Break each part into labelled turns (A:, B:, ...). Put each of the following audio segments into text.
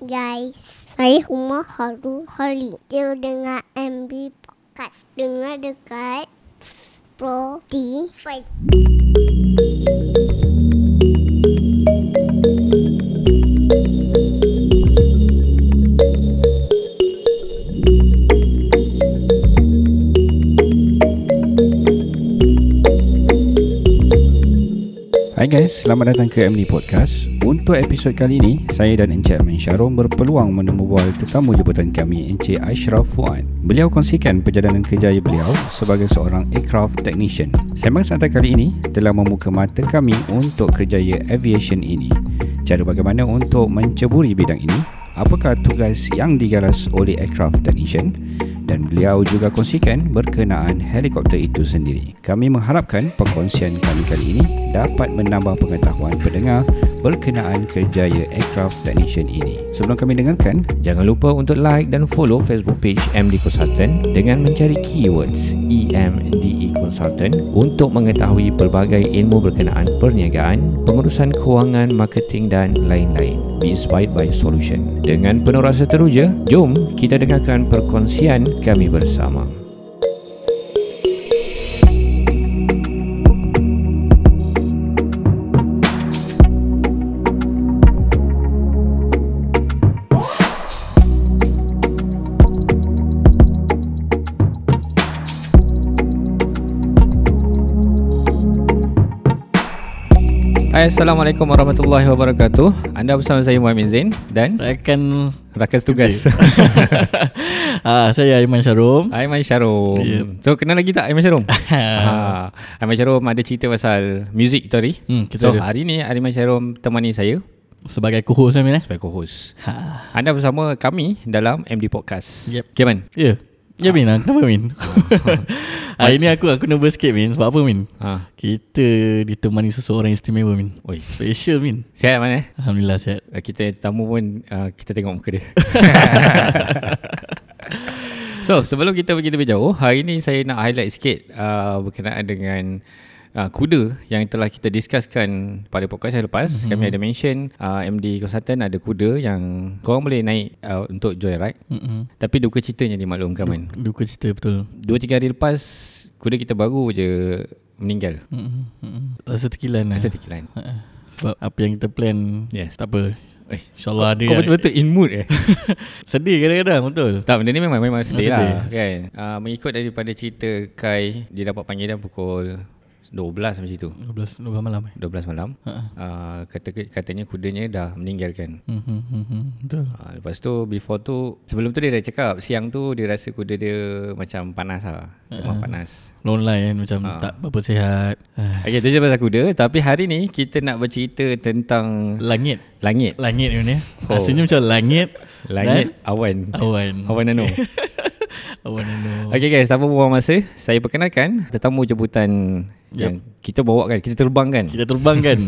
A: guys. Saya Huma Haru Holly. Dia dengar MB Podcast. Dengar dekat Spotify.
B: Hai guys, selamat datang ke MD Podcast. Untuk episod kali ini, saya dan Encik Amin Syarom berpeluang menemu bual tetamu jemputan kami, Encik Ashraf Fuad. Beliau kongsikan perjalanan kerjaya beliau sebagai seorang aircraft technician. Sembang santai kali ini telah membuka mata kami untuk kerjaya aviation ini. Cara bagaimana untuk menceburi bidang ini, apakah tugas yang digaras oleh aircraft technician dan beliau juga kongsikan berkenaan helikopter itu sendiri. Kami mengharapkan perkongsian kami kali ini dapat menambah pengetahuan pendengar berkenaan kerjaya aircraft technician ini. Sebelum kami dengarkan,
C: Jangan lupa untuk like dan follow Facebook page MD Consultant dengan mencari keywords E EMDE Consultant untuk mengetahui pelbagai ilmu berkenaan perniagaan, pengurusan kewangan, marketing dan lain-lain. Be inspired by solution. Dengan penuh rasa teruja, jom kita dengarkan perkongsian kami bersama. Hai, Assalamualaikum warahmatullahi wabarakatuh. Anda bersama saya Muhammad Zain dan
D: Rakan
C: rakan tugas.
D: ah, Saya Aiman Syarom
C: Aiman Syarom
D: Yep.
C: So kenal lagi tak Aiman Syarom? ha, Aiman Syarom ada cerita pasal Music kita hari
D: Hmm, kita
C: So ah.
D: ada.
C: hari ni Aiman Syarom temani saya
D: Sebagai co-host Amin eh
C: Sebagai co-host
D: ha.
C: Anda bersama kami dalam MD Podcast
D: Yep.
C: Okay man
D: Ya Ya Min ah. Kenapa Min
C: Ah.
D: Hari ni aku aku nervous sikit Min Sebab apa Min
C: ha.
D: Kita ditemani seseorang istimewa Min
C: Oi.
D: Special Min
C: Sihat man eh
D: Alhamdulillah sihat
C: Eh, Kita tamu pun uh, Kita tengok muka dia So sebelum kita pergi lebih jauh Hari ni saya nak highlight sikit uh, Berkenaan dengan Uh, kuda yang telah kita discusskan pada podcast yang lepas mm-hmm. kami ada mention uh, MD Consultant ada kuda yang korang boleh naik uh, untuk joyride
D: Mm-mm.
C: tapi duka citanya dimaklumkan kan
D: Duka cerita betul
C: Dua tiga hari lepas Kuda kita baru je Meninggal
D: Mm-mm. Mm-mm. Rasa terkilan lah
C: Rasa terkilan
D: Ha. Sebab apa yang kita plan
C: Yes.
D: Tak apa
C: Eh,
D: InsyaAllah ada
C: Kau betul-betul in mood eh
D: Sedih kadang-kadang betul
C: Tak benda ni memang Memang sedih
D: Memang
C: lah kan uh, Mengikut daripada cerita Kai Dia dapat panggilan pukul 12 macam situ
D: 12, 12 malam eh
C: 12 malam
D: Ha.
C: uh, kata, Katanya kudanya dah meninggalkan
D: Mm-hmm. mm-hmm. Betul
C: uh, Lepas tu Before tu Sebelum tu dia dah cakap Siang tu dia rasa kuda dia Macam panas lah
D: Ha,
C: Memang panas
D: Lonely kan Macam
C: Ah.
D: tak berapa sihat Ah.
C: Okay tu je pasal kuda Tapi hari ni Kita nak bercerita tentang
D: Langit
C: Langit
D: Langit ni
C: Oh.
D: oh. Rasanya macam langit
C: Langit awan
D: Dan awan
C: Awan Nano
D: Awan anu
C: Okay guys Tanpa buang masa Saya perkenalkan Tetamu jemputan yep. Yang kita bawa kan Kita terbang kan
D: Ya. Kita terbang kan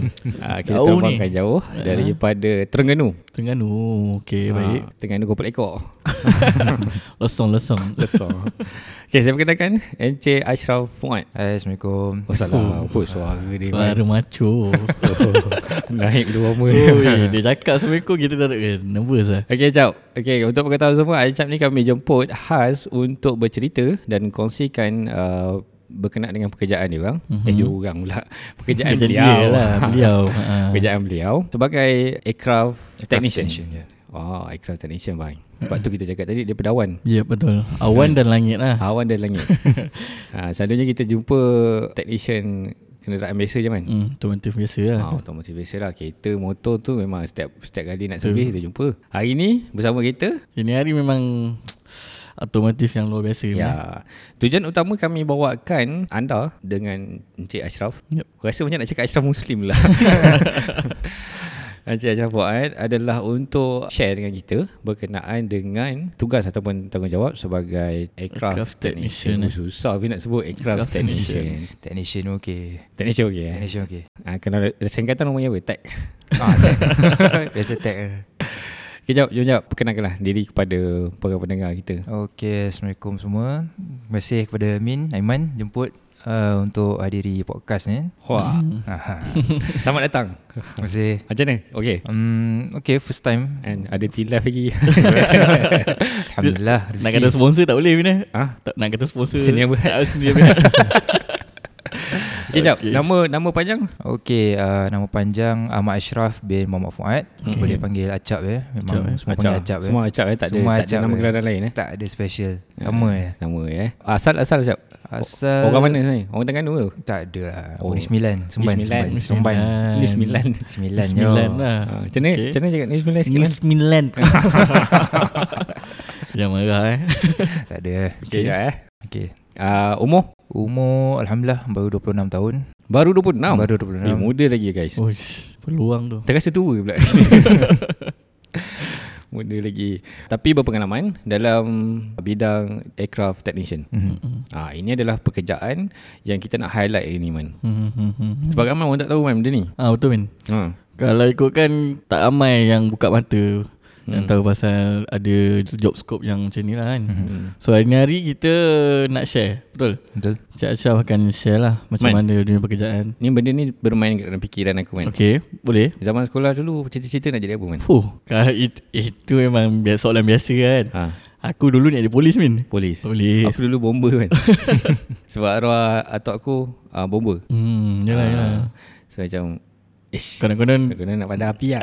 C: Ah, Kita
D: Jauh
C: terbang kan
D: ni.
C: jauh Daripada Terengganu
D: Terengganu Okay Eh, baik
C: Ah, Terengganu Kumpul Ekor
D: Lesong lesong
C: Okay saya perkenalkan Encik Ashraf Fuad
E: Hai, Assalamualaikum.
C: Oh salah oh. Suara dia
D: Suara maco
C: Naik dua lama
D: Oi, Dia cakap sampai kau Kita dah eh, nervous lah
C: Okey, jap. Okey, untuk pengetahuan semua, Aicap ni kami jemput khas untuk bercerita dan kongsikan uh, berkenaan dengan pekerjaan dia orang. Mm-hmm. Eh, dia orang pula. Pekerjaan
D: Macam
C: beliau.
D: dia lah Beliau ha.
C: pekerjaan beliau sebagai aircraft, technician.
E: technician, ya.
C: Oh, aircraft technician bang. Sebab tu kita cakap tadi dia pedawan.
D: Ya betul Awan dan langit lah
C: Awan dan langit. ha, selalunya kita jumpa technician kenderaan biasa je kan.
D: hmm, Automotive biasa lah
C: Ha, automotif biasa lah Kereta, motor tu memang setiap setiap kali nak servis dia jumpa Hari ni bersama kita
D: Ini hari memang Automotive yang luar biasa eh. Min.
C: Ya. Tujuan utama kami bawakan anda dengan Encik Ashraf. Yep.
D: Yup.
C: Rasa macam nak cakap Ashraf Muslim lah. Encik Ashraf Fuad adalah untuk share dengan kita berkenaan dengan tugas ataupun tanggungjawab sebagai aircraft,
D: Aircraft
C: technician.
D: technician, eh.
C: Oh, Susah pun nak sebut
D: Aircraft
C: aircraft,
D: technician.
C: technician.
E: Technician okey.
C: Technician okey eh?
E: Technician okey.
C: Ha, kena ada singkatan namanya apa? Tech.
E: Ah, tech. Biasa tech. eh.
C: Okay, jawab, jom jawab. Perkenalkanlah diri kepada para pendengar kita.
E: Okey, Assalamualaikum semua. Terima kasih kepada Min, Aiman jemput uh, untuk hadiri podcast ni.
C: Wah.
E: Hmm. Aha.
C: Selamat datang.
E: Terima kasih.
C: Macam mana? Okay.
E: Um, okay, first time.
C: And ada tilaf lagi.
E: Alhamdulillah.
D: Nak kata sponsor tak boleh Bina
C: Ha?
D: tak, Nak kata sponsor
C: Senior berat.
D: Tak, Senior berat
C: Okay, jap. Nama nama panjang?
E: Okey, uh, nama panjang Ahmad Ashraf bin Muhammad Fuad. Mm-hmm. Boleh panggil Acap ya.
D: Acap,
E: Memang Acap,
D: eh?
E: semua panggil Acap ya.
C: Semua acap eh. Tak ada,
E: Semua
C: tak ada
E: acap,
C: nama
E: eh.
C: gelaran lain eh.
E: Tak ada special. Sama ya.
C: Nama eh. Asal-asal acap.
E: Asal
C: Orang mana sebenarnya? Orang Tengganu ke?
E: Tak ada lah.
C: Oh.
E: Oh. Negeri Sembilan. Semban.
C: Negeri Sembilan.
E: Semban. Semban.
C: Ni sembilan.
E: Sembilan. ya.
D: Sembilan
E: yo.
D: lah
C: Ah, Macam mana?
D: Okey.
C: Macam mana cakap ni sembilan sikit
D: Ni
C: kan?
D: sembilan Jangan marah eh
E: Tak ada.
C: Okay, jap eh.
E: Okey.
C: Ah, umur?
E: Umur Alhamdulillah baru 26 tahun.
C: Baru 26?
E: Baru
C: Eh,
E: 26.
C: muda lagi guys.
D: Uish, Peluang tu
C: Terasa tua pula Muda lagi Tapi berpengalaman Dalam Bidang Aircraft Technician
E: Mm-hmm.
C: ha, Ini adalah pekerjaan Yang kita nak highlight hari ni Man
D: hmm, hmm, hmm.
C: Sebab ramai orang tak tahu Man benda ni
D: Ah Betul Min
C: ha.
D: Kalau ikutkan Tak ramai yang buka mata hmm. Yang tahu pasal Ada job scope yang macam ni lah kan hmm. So hari ni hari kita Nak share Betul
E: Betul.
D: Cik Ashraf akan share lah Macam
C: Man.
D: Man. mana dunia pekerjaan
C: Ni benda ni bermain kat dalam fikiran aku Man okay.
D: Okay Boleh
C: Zaman sekolah dulu Cita-cita nak jadi apa Man
D: Fuh kalau it, Itu memang biasa, Soalan biasa kan
C: ha.
D: Aku dulu nak jadi polis Min
C: Polis
D: Polis
C: Aku dulu bomba Man Sebab arwah atuk aku uh, Bomba
D: Hmm Yalah yalah
C: Ah, So macam Ish
D: Konon-konon
C: Kena nak pandang api lah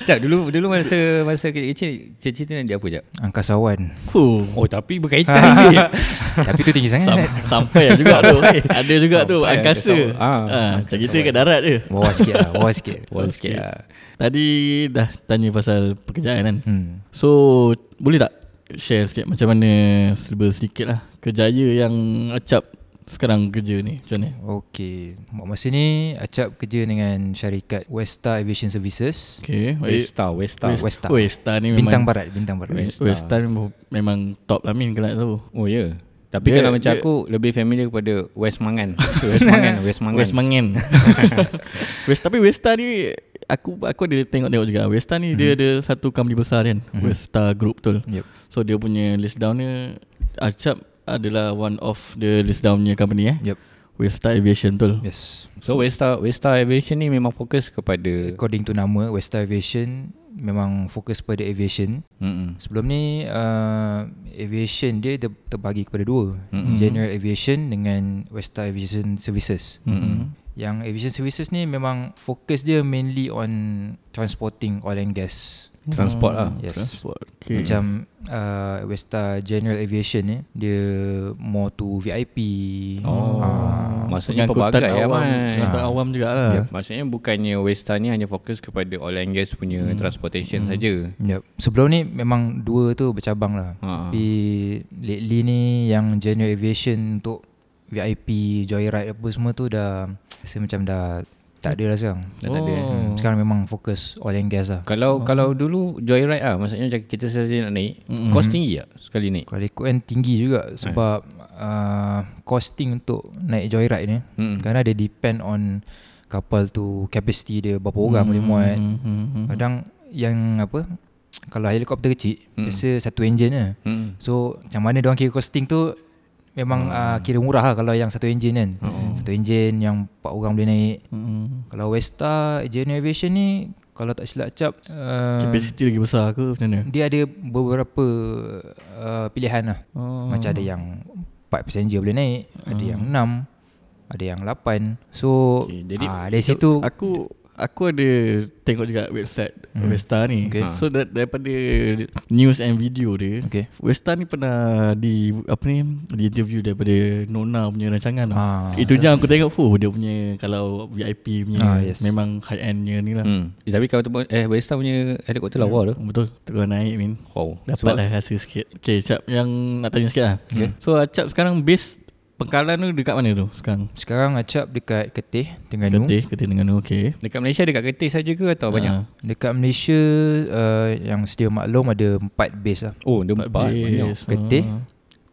C: Cak dulu dulu masa masa kecil cita-cita nak jadi apa Cak?
E: Angkasawan.
D: Fuh
C: Oh tapi berkaitan dia.
E: Tapi tu tinggi sangat.
D: Sam, sampai juga tu Ada juga tu
E: Sampai
D: Angkasa
E: angkasa.
D: ha, Macam kita kat darat je
E: Bawah sikit lah. Bawah sikit.
C: Wah sikit lah.
D: Tadi dah tanya pasal pekerjaan kan
E: Hmm.
D: So Boleh tak Share sikit macam mana Serba sedikit lah Kerjaya yang Acap Sekarang kerja ni Macam mana
E: Okey. Buat Masa ni Acap kerja dengan syarikat Westa Aviation Services.
D: Okay baik.
C: Westa Westa.
E: West- Westa.
D: Westa ni memang
E: Bintang Barat, Bintang Barat.
D: Westa, Westa memang, memang top lah Min Kelak tu
C: Oh ya. Yeah. Tapi
D: Dia-
C: kalau macam
D: dia-
C: aku lebih familiar kepada West Mangan. West Mangan, West
E: Kan?
C: Mangan.
D: West Mangen West, Tapi Westa ni Aku aku ada tengok-tengok juga Westa ni dia ada satu company besar kan Westa Group betul
E: Mhm. Yep.
D: So dia punya list down ni Acap adalah one of the list down punya company eh
E: Yep.
D: Westa Aviation betul
E: Yes.
C: So Westa Westa Aviation ni memang fokus kepada
E: According to nama Westa Aviation memang fokus pada aviation.
C: Mm-mm.
E: Sebelum ni uh, aviation dia ter- terbagi kepada dua. Mm-hmm. General aviation dengan Westa Aviation Services.
D: Mm-hmm.
E: Yang aviation services ni memang fokus dia mainly on transporting oil and gas.
C: transport lah.
E: Yes.
D: Transport
E: Okay.
C: Hmm.
D: okay.
E: Macam uh, Westa General Aviation ni dia more to VIP.
C: Oh.
E: Ah,
C: Maksudnya
D: Pengangkutan
C: pelbagai lah
D: awam Ah.
C: man.
D: Pengangkutan awam jugalah
E: Yep.
C: Maksudnya bukannya Westa ni hanya fokus kepada oil and gas punya transportation saja.
E: Yep. Sebelum ni memang dua tu bercabang lah.
C: Ha.
E: Tapi lately ni yang general aviation untuk VIP, joyride apa semua tu dah rasa macam dah tak ada lah sekarang.
C: Dah tak ada. eh.
D: Oh.
E: Hmm. Sekarang memang fokus oil and gas lah.
C: Kalau oh. kalau dulu joyride lah maksudnya macam kita saja nak naik, mm-hmm. kos tinggi tak sekali naik?
E: Kalau ikut kan tinggi juga sebab uh, costing untuk naik joyride ni
C: Hmm.
E: hmm. kadang dia depend on kapal tu capacity dia berapa orang boleh muat.
D: mm-hmm.
E: Kadang yang apa kalau helikopter kecil hmm. biasa satu enjin je.
C: Hmm.
E: So macam mana diorang kira costing tu Memang hmm. uh, kira murah lah kalau yang satu enjin kan hmm. Satu enjin yang empat orang boleh naik Kalau Westa General Aviation ni Kalau tak silap cap uh,
D: Capacity lagi besar ke macam mana
E: Dia ada beberapa uh, pilihan lah
D: oh. Hmm.
E: Macam ada yang empat passenger boleh naik Ada yang enam Ada yang lapan So
C: Okay,
E: okay,
C: jadi
E: jadi dari situ
D: Aku Aku ada tengok juga website hmm. Westa ni okay.
E: Okay.
D: So dar- daripada news and video dia
E: Okay.
D: Westa ni pernah di apa ni di interview daripada Nona punya rancangan lah.
E: Ah,
D: Itu je aku tengok fuh dia punya kalau VIP punya
E: Ah, yes.
D: memang high end punya ni lah. Hmm.
C: Hmm. Eh, tapi kalau tu eh Westa punya helikopter lawa tu.
D: Betul terus naik min.
C: Wow.
D: Ya. Dapat lah rasa sikit. Okay Cap yang nak tanya sikit lah.
E: Okay.
D: So Cap sekarang base Pengkalan tu dekat mana tu sekarang?
E: Sekarang Acap dekat Ketih Tengganu
D: Ketih, Ketih dengan okay.
C: Dekat Malaysia dekat Kertis saja ke atau
D: Ah.
C: banyak?
E: Dekat Malaysia uh, Yang sedia maklum ada empat base lah
C: Oh, dia empat
D: base.
C: banyak.
D: Ah.
E: Ketih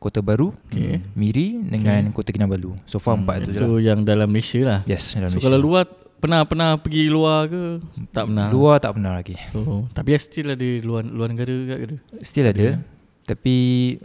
E: Kota Baru
D: Okay. Hmm,
E: Miri dengan Kota Kinabalu So far empat tu je lah
D: Itu yang dalam Malaysia lah
E: Yes dalam
D: So
E: Malaysia
D: kalau luar Pernah pernah pergi luar ke Tak pernah
E: Luar tak pernah lagi
D: so, Tapi still ada luar, luar negara juga ke tu?
E: Still ada Tapi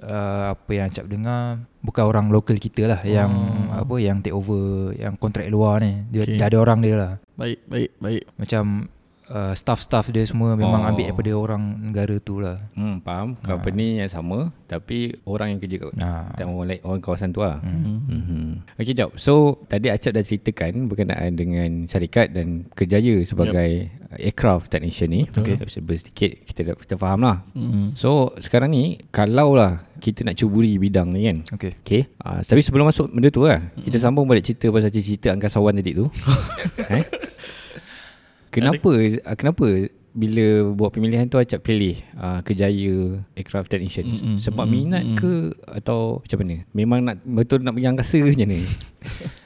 E: uh, apa yang Acap dengar bukan orang lokal kita lah yang apa yang take over yang kontrak luar ni. Dia
D: Okay.
E: okay. dah ada orang dia lah.
D: Baik, baik, baik.
E: Macam uh, staff-staff dia semua memang
C: Oh.
E: oh. ambil daripada orang negara tu lah.
C: Hmm, faham. Company yang sama tapi orang yang kerja kat
E: Nah.
C: dan orang, lain- orang kawasan tu lah. Ah. Hmm. hmm. Okey, jap. So, tadi Acap dah ceritakan berkenaan dengan syarikat dan kerjaya sebagai yep. aircraft technician ni. Okey. Sedikit kita dah- kita faham lah. Hmm. So, sekarang ni kalau lah kita nak cuburi bidang ni kan.
E: Okey.
C: Okay uh, Tapi sebelum masuk benda tu lah Kita
E: Mm-hmm.
C: sambung balik cerita Pasal cerita angkasawan tadi tu eh? Kenapa uh, Kenapa Bila buat pemilihan tu Acap pilih uh, Kejaya Aircraft Technician mm Sebab minat ke Atau macam mana Memang nak Betul nak pergi angkasa ke macam ni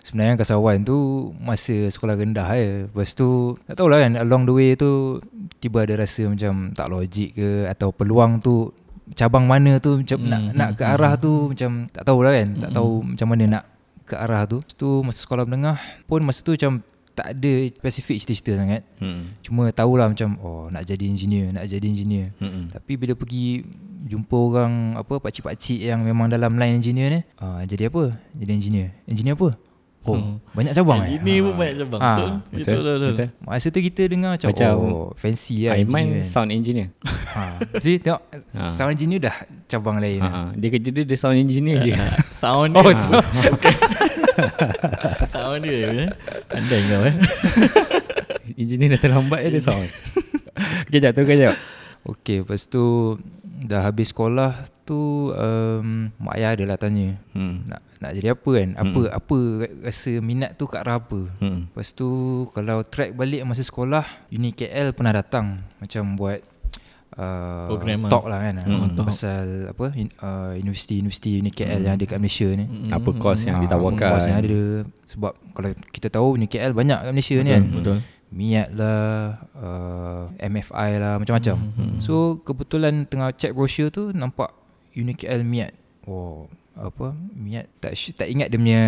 E: Sebenarnya kasawan tu masa sekolah rendah eh. Lepas tu tak tahulah kan along the way tu tiba ada rasa macam tak logik ke atau peluang tu cabang mana tu macam nak nak ke arah tu macam tak tahulah kan tak tahu macam mana nak ke arah tu. Lepas tu masa sekolah menengah pun masa tu macam tak ada spesifik cerita-cerita sangat.
C: hmm.
E: Cuma tahulah macam oh nak jadi engineer, nak jadi engineer.
C: Mm-mm.
E: Tapi bila pergi jumpa orang apa pakcik-pakcik yang memang dalam line engineer ni, ah jadi apa? Jadi engineer. Engineer apa? Oh, hmm. banyak cabang eh.
D: Ini pun banyak cabang.
E: Ah,
D: Betul. Betul, betul, betul.
C: Betul
E: Masa tu kita dengar macam,
C: Macam
E: macam oh fancy lah
C: Aiman
E: engineer.
C: sound engineer
E: ha. See tengok
C: Ah.
E: sound engineer dah cabang lain.
C: ha.
E: Ha.
C: ha. Dia kerja dia, dia sound engineer je
D: Sound dia. Oh, sound. sound dia. eh. Andai kau eh.
C: Engineer dah terlambat je dia sound Okay jap teruskan jap
E: Okey, lepas tu dah habis sekolah tu um, mak ayah adalah tanya
C: hmm.
E: nak nak jadi apa kan? Apa hmm. apa rasa minat tu kat arah apa?
C: Hmm.
E: Lepas tu kalau track balik masa sekolah Uni KL pernah datang Macam buat uh,
D: Program lah.
E: Talk lah kan hmm. Pasal apa in- uh, Universiti-universiti Uni KL yang ada kat Malaysia ni hmm.
C: Apa kos yang ditawarkan
E: Kos yang ada Sebab kalau kita tahu Uni KL banyak kat Malaysia ni kan
D: betul.
E: Miat lah uh, MFI lah macam-macam hmm. So kebetulan tengah check brochure tu Nampak Uni KL Miat Oh apa Miat tak, sy- tak ingat dia punya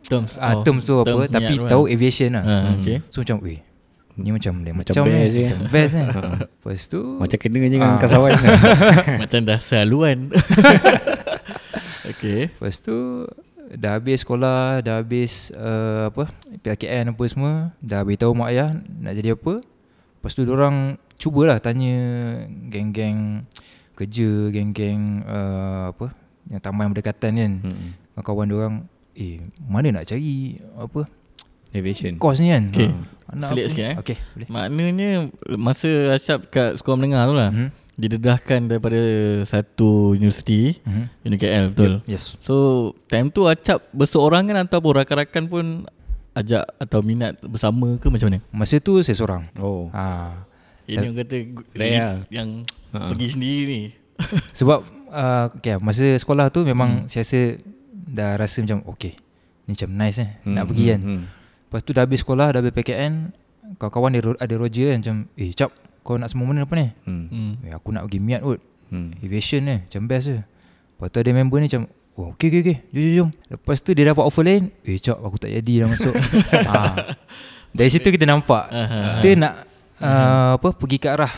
D: Terms.
E: ah,
D: oh,
E: terms tu
D: term
E: apa tapi
D: minyak tu
E: tahu
D: kan.
E: aviation lah.
D: Ah, okay.
E: So macam weh ni macam lain
C: Macam
E: macam, macam
C: best
E: best
C: je.
E: eh. Macam best kan. Lepas tu
C: Macam kena je dengan
E: Ah.
C: kasawan
D: Macam dah selaluan. okay.
E: lepas tu dah habis sekolah, dah habis uh, apa PKN apa semua, dah beritahu mak ayah nak jadi apa. Lepas tu orang cubalah tanya geng-geng kerja, geng-geng uh, apa yang taman berdekatan kan.
C: Hmm.
E: Hmm. Kawan orang eh mana nak cari apa
C: Aviation
E: kos ni kan.
D: Okay.
E: Anak
D: Selit
E: apa?
D: sikit, eh.
E: Okey, boleh.
D: Maknanya masa Asyap kat sekolah menengah tu lah.
E: Mhm.
D: Didedahkan daripada satu universiti.
E: Mhm.
D: Uni KL betul.
E: Yes.
D: So time tu Acap berseorangan ataupun rakan-rakan pun ajak atau minat bersama ke macam mana?
E: Masa tu saya seorang.
C: Oh
E: Ha.
D: Ini yang kata gu-
C: Raya.
D: yang
C: Ha.
D: pergi sendiri ni.
E: Sebab uh, okay, masa sekolah tu memang hmm. saya rasa dah rasa macam okay. Ni macam nice eh. Hmm. Nak pergi kan. Hmm.
C: hmm.
E: Lepas tu dah habis sekolah, dah habis PKN, kawan-kawan dia ro- ada Roger kan macam, "Eh, cap, kau nak semua benda apa ni?"
C: Hmm.
D: Hmm.
E: "Eh, aku nak pergi Miat kot.
C: Hmm.
E: Aviation ni, macam best je." Lepas tu ada member ni macam, Oh, okay, okay, okay. Jom, jom, jom. Lepas tu dia dapat offer lain. Eh, cap, aku tak jadi dah masuk. ha. Dari situ kita nampak. Kita nak uh, apa pergi ke arah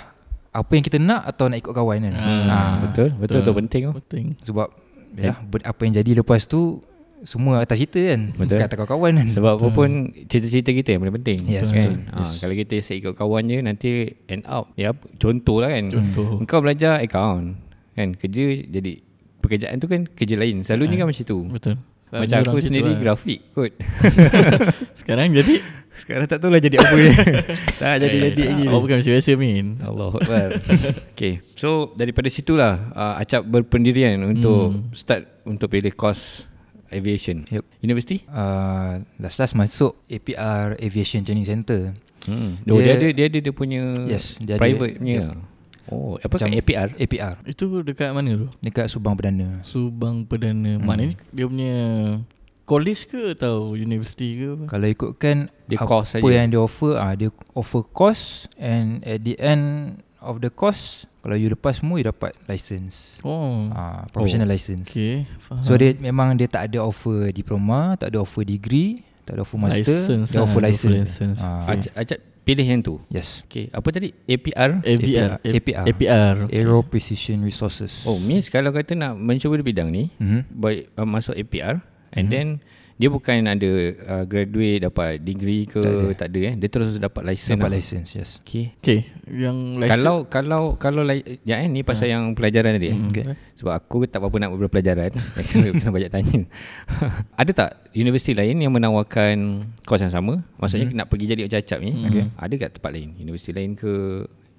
E: apa yang kita nak atau nak ikut kawan kan. Ha.
C: Betul Betul tu penting tu
D: Penting.
E: Sebab
C: Ya.
E: yalah, ber- apa yang jadi lepas tu Semua atas kita kan
C: Betul.
E: Kata kawan-kawan kan
C: Sebab apa pun Cerita-cerita kita yang paling penting
E: Yes,
C: kan?
E: betul.
C: Ha, Kalau kita asyik ikut kawan je Nanti end up ya, Contoh lah kan
D: Contoh.
C: Kau belajar account kan? Kerja jadi Pekerjaan tu kan Kerja lain Selalunya kan macam tu
D: Betul.
C: Macam
D: Selalu
C: aku
D: orang gitu
C: sendiri
D: lah.
C: grafik kot
D: Sekarang jadi
C: Sekarang tak tahulah jadi apa Tak jadi-jadi
D: Eh,
C: lagi
D: Oh bukan biasa-biasa min.
C: Allah Akbar Okay So daripada situlah uh, Acap berpendirian Untuk hmm. Start Untuk pilih kos Aviation
E: Yup.
C: University
E: uh, Last-last masuk APR Aviation Training Center
C: hmm. oh, dia,
E: Dia-
C: ada Dia ada dia punya
E: Yes, dia ada.
C: Private punya Oh Apa kan APR
E: APR
D: Itu dekat mana tu?
E: Dekat Subang Perdana
D: Subang Perdana. Hmm. Maknanya dia punya college ke atau universiti ke? apa?
E: Kalau ikutkan
C: Dia
E: Apa
C: course saja.
E: yang dia offer ah Dia offer course And at the end of the course Kalau you lepas semua You dapat license
D: Oh.
E: ah, Professional license
D: Okay. Faham.
E: So dia memang dia tak ada offer diploma, tak ada offer degree, tak ada offer master,
D: License
E: dia
D: lah,
E: offer
C: kan,
D: dia offer
E: license.
D: license.
E: Ah,
C: Acap, Acap Pilih yang tu.
E: Yes.
C: Okay, apa tadi? APR?
D: APR
E: APR.
D: APR
E: Aero Precision Resources.
C: Oh, Miss kalau kata nak mencuba di bidang ni,
E: Mhm.
C: baik uh, masuk APR
E: Hmm.
C: and then dia bukan ada uh, graduate dapat degree ke tak ada, tak ada eh. Dia terus dapat license.
E: Dapat
C: lah.
E: license, yes.
C: Okay.
D: Okay Yang license
C: Kalau kalau kalau li- ya eh, ni pasal yang pelajaran tadi. eh.
E: Hmm. Okay.
C: Sebab aku tak apa nak berpelajaran, kena banyak tanya. ada tak universiti lain yang menawarkan kos yang sama? Maksudnya
E: Hmm.
C: nak pergi jadi cacap ni. Okay. Ada kat tempat lain? Universiti lain ke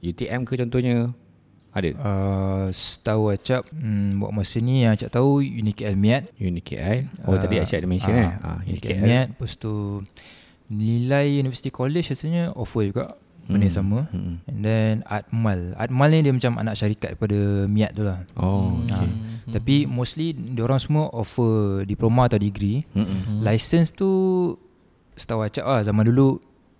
C: UTM ke contohnya? Ada.
E: Uh, setahu Acap hmm, Buat masa ni yang Acap tahu Unique Elmiat
C: UNIKL. Oh tadi Aisyah ada mention eh. Ah,
E: Unique
C: UNIKL.
E: Elmiat Lepas tu Nilai University College Rasanya offer juga
C: Hmm.
E: Benda yang sama And then Atmal Atmal ni dia macam Anak syarikat daripada Miat tu lah
C: Oh, okay.
E: hmm. Tapi mostly Diorang semua offer Diploma atau degree
C: Mm-mm.
E: hmm. License tu Setahu Acap lah Zaman dulu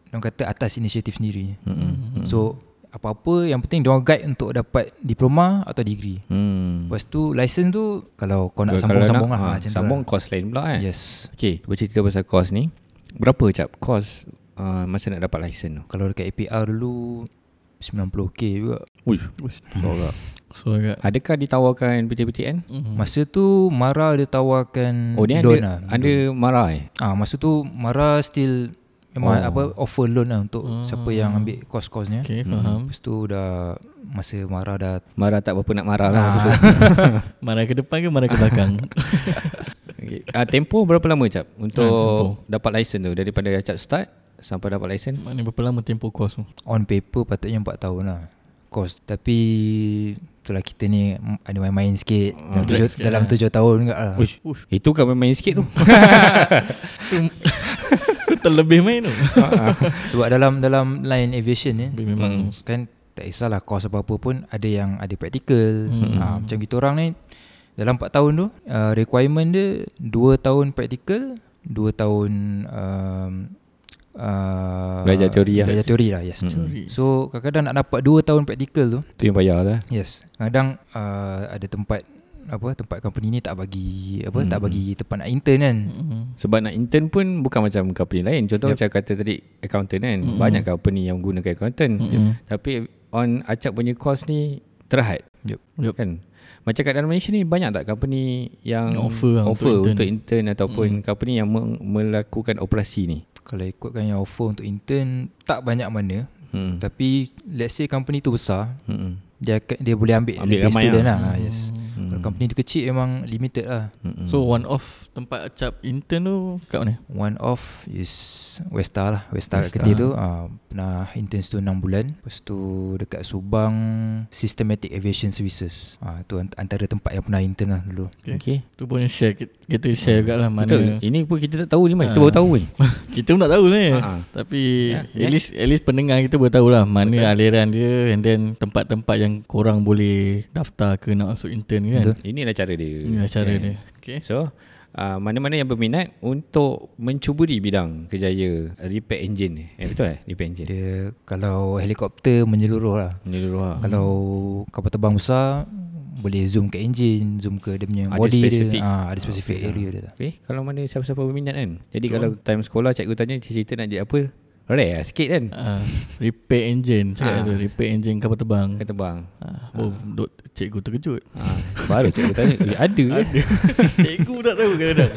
E: Diorang kata atas inisiatif sendiri hmm. So apa-apa yang penting diorang guide untuk dapat diploma atau degree.
C: Hmm.
E: Lepas tu license tu kalau kau nak
C: Kalau- kalau
E: sambung-sambung lah
C: nak,
E: ha,
C: ah,
E: macam tu
C: Sambung kos lain pula
E: lah.
C: kan.
E: Yes.
C: Okay, bercerita pasal kos ni. Berapa cap kos uh, masa nak dapat license tu?
E: Kalau dekat APR dulu 90k juga.
C: Uish.
D: So agak
C: Adakah ditawarkan PTPTN?
E: Hmm. Masa tu Mara dia tawarkan
C: Oh dia
E: loan
C: ada,
E: lah.
C: ada marah eh?
E: Ah ha, masa tu Mara still memang oh. apa offer loan lah untuk hmm. siapa yang ambil kos-kosnya. Okay.
D: Okay
C: Hmm.
D: faham
E: Lepas tu dah masa Mara dah
C: Marah tak berapa nak marah lah masa tu.
D: Marah ke depan ke marah ke belakang
C: okay. uh, tempoh berapa lama cap
D: tempoh.
C: untuk dapat license tu? Daripada cap start sampai dapat license?
D: Maknanya berapa lama tempoh kos tu
E: on paper patutnya 4 tahun lah kos tapi itulah kita ni mm, ada main-main sikit dalam tujuh, dalam tujuh tahun juga lah.
C: Uish. Itu kan main-main sikit tu.
D: Terlebih main tu
E: sebab dalam dalam line aviation ni
D: Memang
E: kan tak kisahlah kos apa-apa pun ada yang ada practical ha, macam kita orang ni dalam 4 tahun tu uh, requirement dia 2 tahun practical 2 tahun um, uh,
C: Belajar teori lah.
E: belajar teori lah yes
D: Sorry.
E: so kadang-kadang nak dapat 2 tahun practical tu
C: tu yang payah lah.
E: Yes. Kadang uh, ada tempat apa tempat company ni tak bagi apa hmm. tak bagi tempat nak intern kan.
D: Mm.
C: Sebab nak intern pun bukan macam company lain. Contoh yep. macam kata tadi accountant kan. Mm-hmm. Banyak company yang gunakan accountant. Mm-hmm. Tapi on Acap punya course ni terhad.
E: Yep.
D: Yup.
C: Kan? Macam kat dalam Malaysia ni banyak tak company yang
D: Yang offer lah
C: offer
D: untuk Hmm.
C: untuk, untuk intern ataupun mm. company yang meng- melakukan operasi ni.
E: Kalau ikutkan yang offer untuk intern tak banyak mana
C: Hmm.
E: tapi let's say company tu besar
C: Hmm.
E: dia akan- dia boleh ambil,
C: Ambil
E: lebih
C: ramai
E: student
C: lah. Mm.
E: lah. Ha, yes.
D: Mm.
E: Hmm. Kalau company tu kecil memang limited lah.
C: Hmm.
D: So one off tempat acap intern tu kat mana?
E: One off is Westa lah Westa kat Kedah tu uh, Pernah intern tu 6 bulan Lepas tu dekat Subang Systematic Aviation Services uh, Tu ant- antara tempat yang pernah intern lah dulu
D: Okay.
C: okay.
D: Tu pun share kita, kita share juga lah mana.
C: Hmm. Betul. Ini pun kita tak tahu ni Mai. Kita
D: Ah.
C: baru tahu ni.
D: Kita pun tak tahu sebenarnya.
C: Ha.
D: Tapi
C: Ya,
D: at
C: next.
D: least at least pendengar kita boleh tahu lah mana Betul. aliran dia and then tempat-tempat yang korang boleh daftar ke nak masuk intern kan.
E: Betul.
C: Inilah cara dia.
D: Inilah cara
C: Kan?
D: dia. Okay.
C: So Uh, mana-mana yang berminat untuk mencuburi bidang kerjaya repair engine eh betul eh repair engine
E: Dia kalau helikopter menyeluruh lah.
C: Menyeluruh lah.
E: Hmm. Kalau kapal terbang besar boleh zoom ke enjin, zoom ke dia punya
C: Ada
E: body
C: spesifik.
E: dia. Ah, ada specific area dia.
C: Okay, Eh, kalau mana siapa-siapa berminat kan. Jadi kalau time sekolah cikgu tanya cerita nak jadi apa, rare lah sikit kan.
D: Ah, repair engine cakap tu repair engine kapal terbang.
C: Kata bang.
D: Ah, oh, dok cikgu terkejut.
C: Ha, baru cikgu tanya, eh, ada eh.
D: cikgu tak tahu kadang-kadang.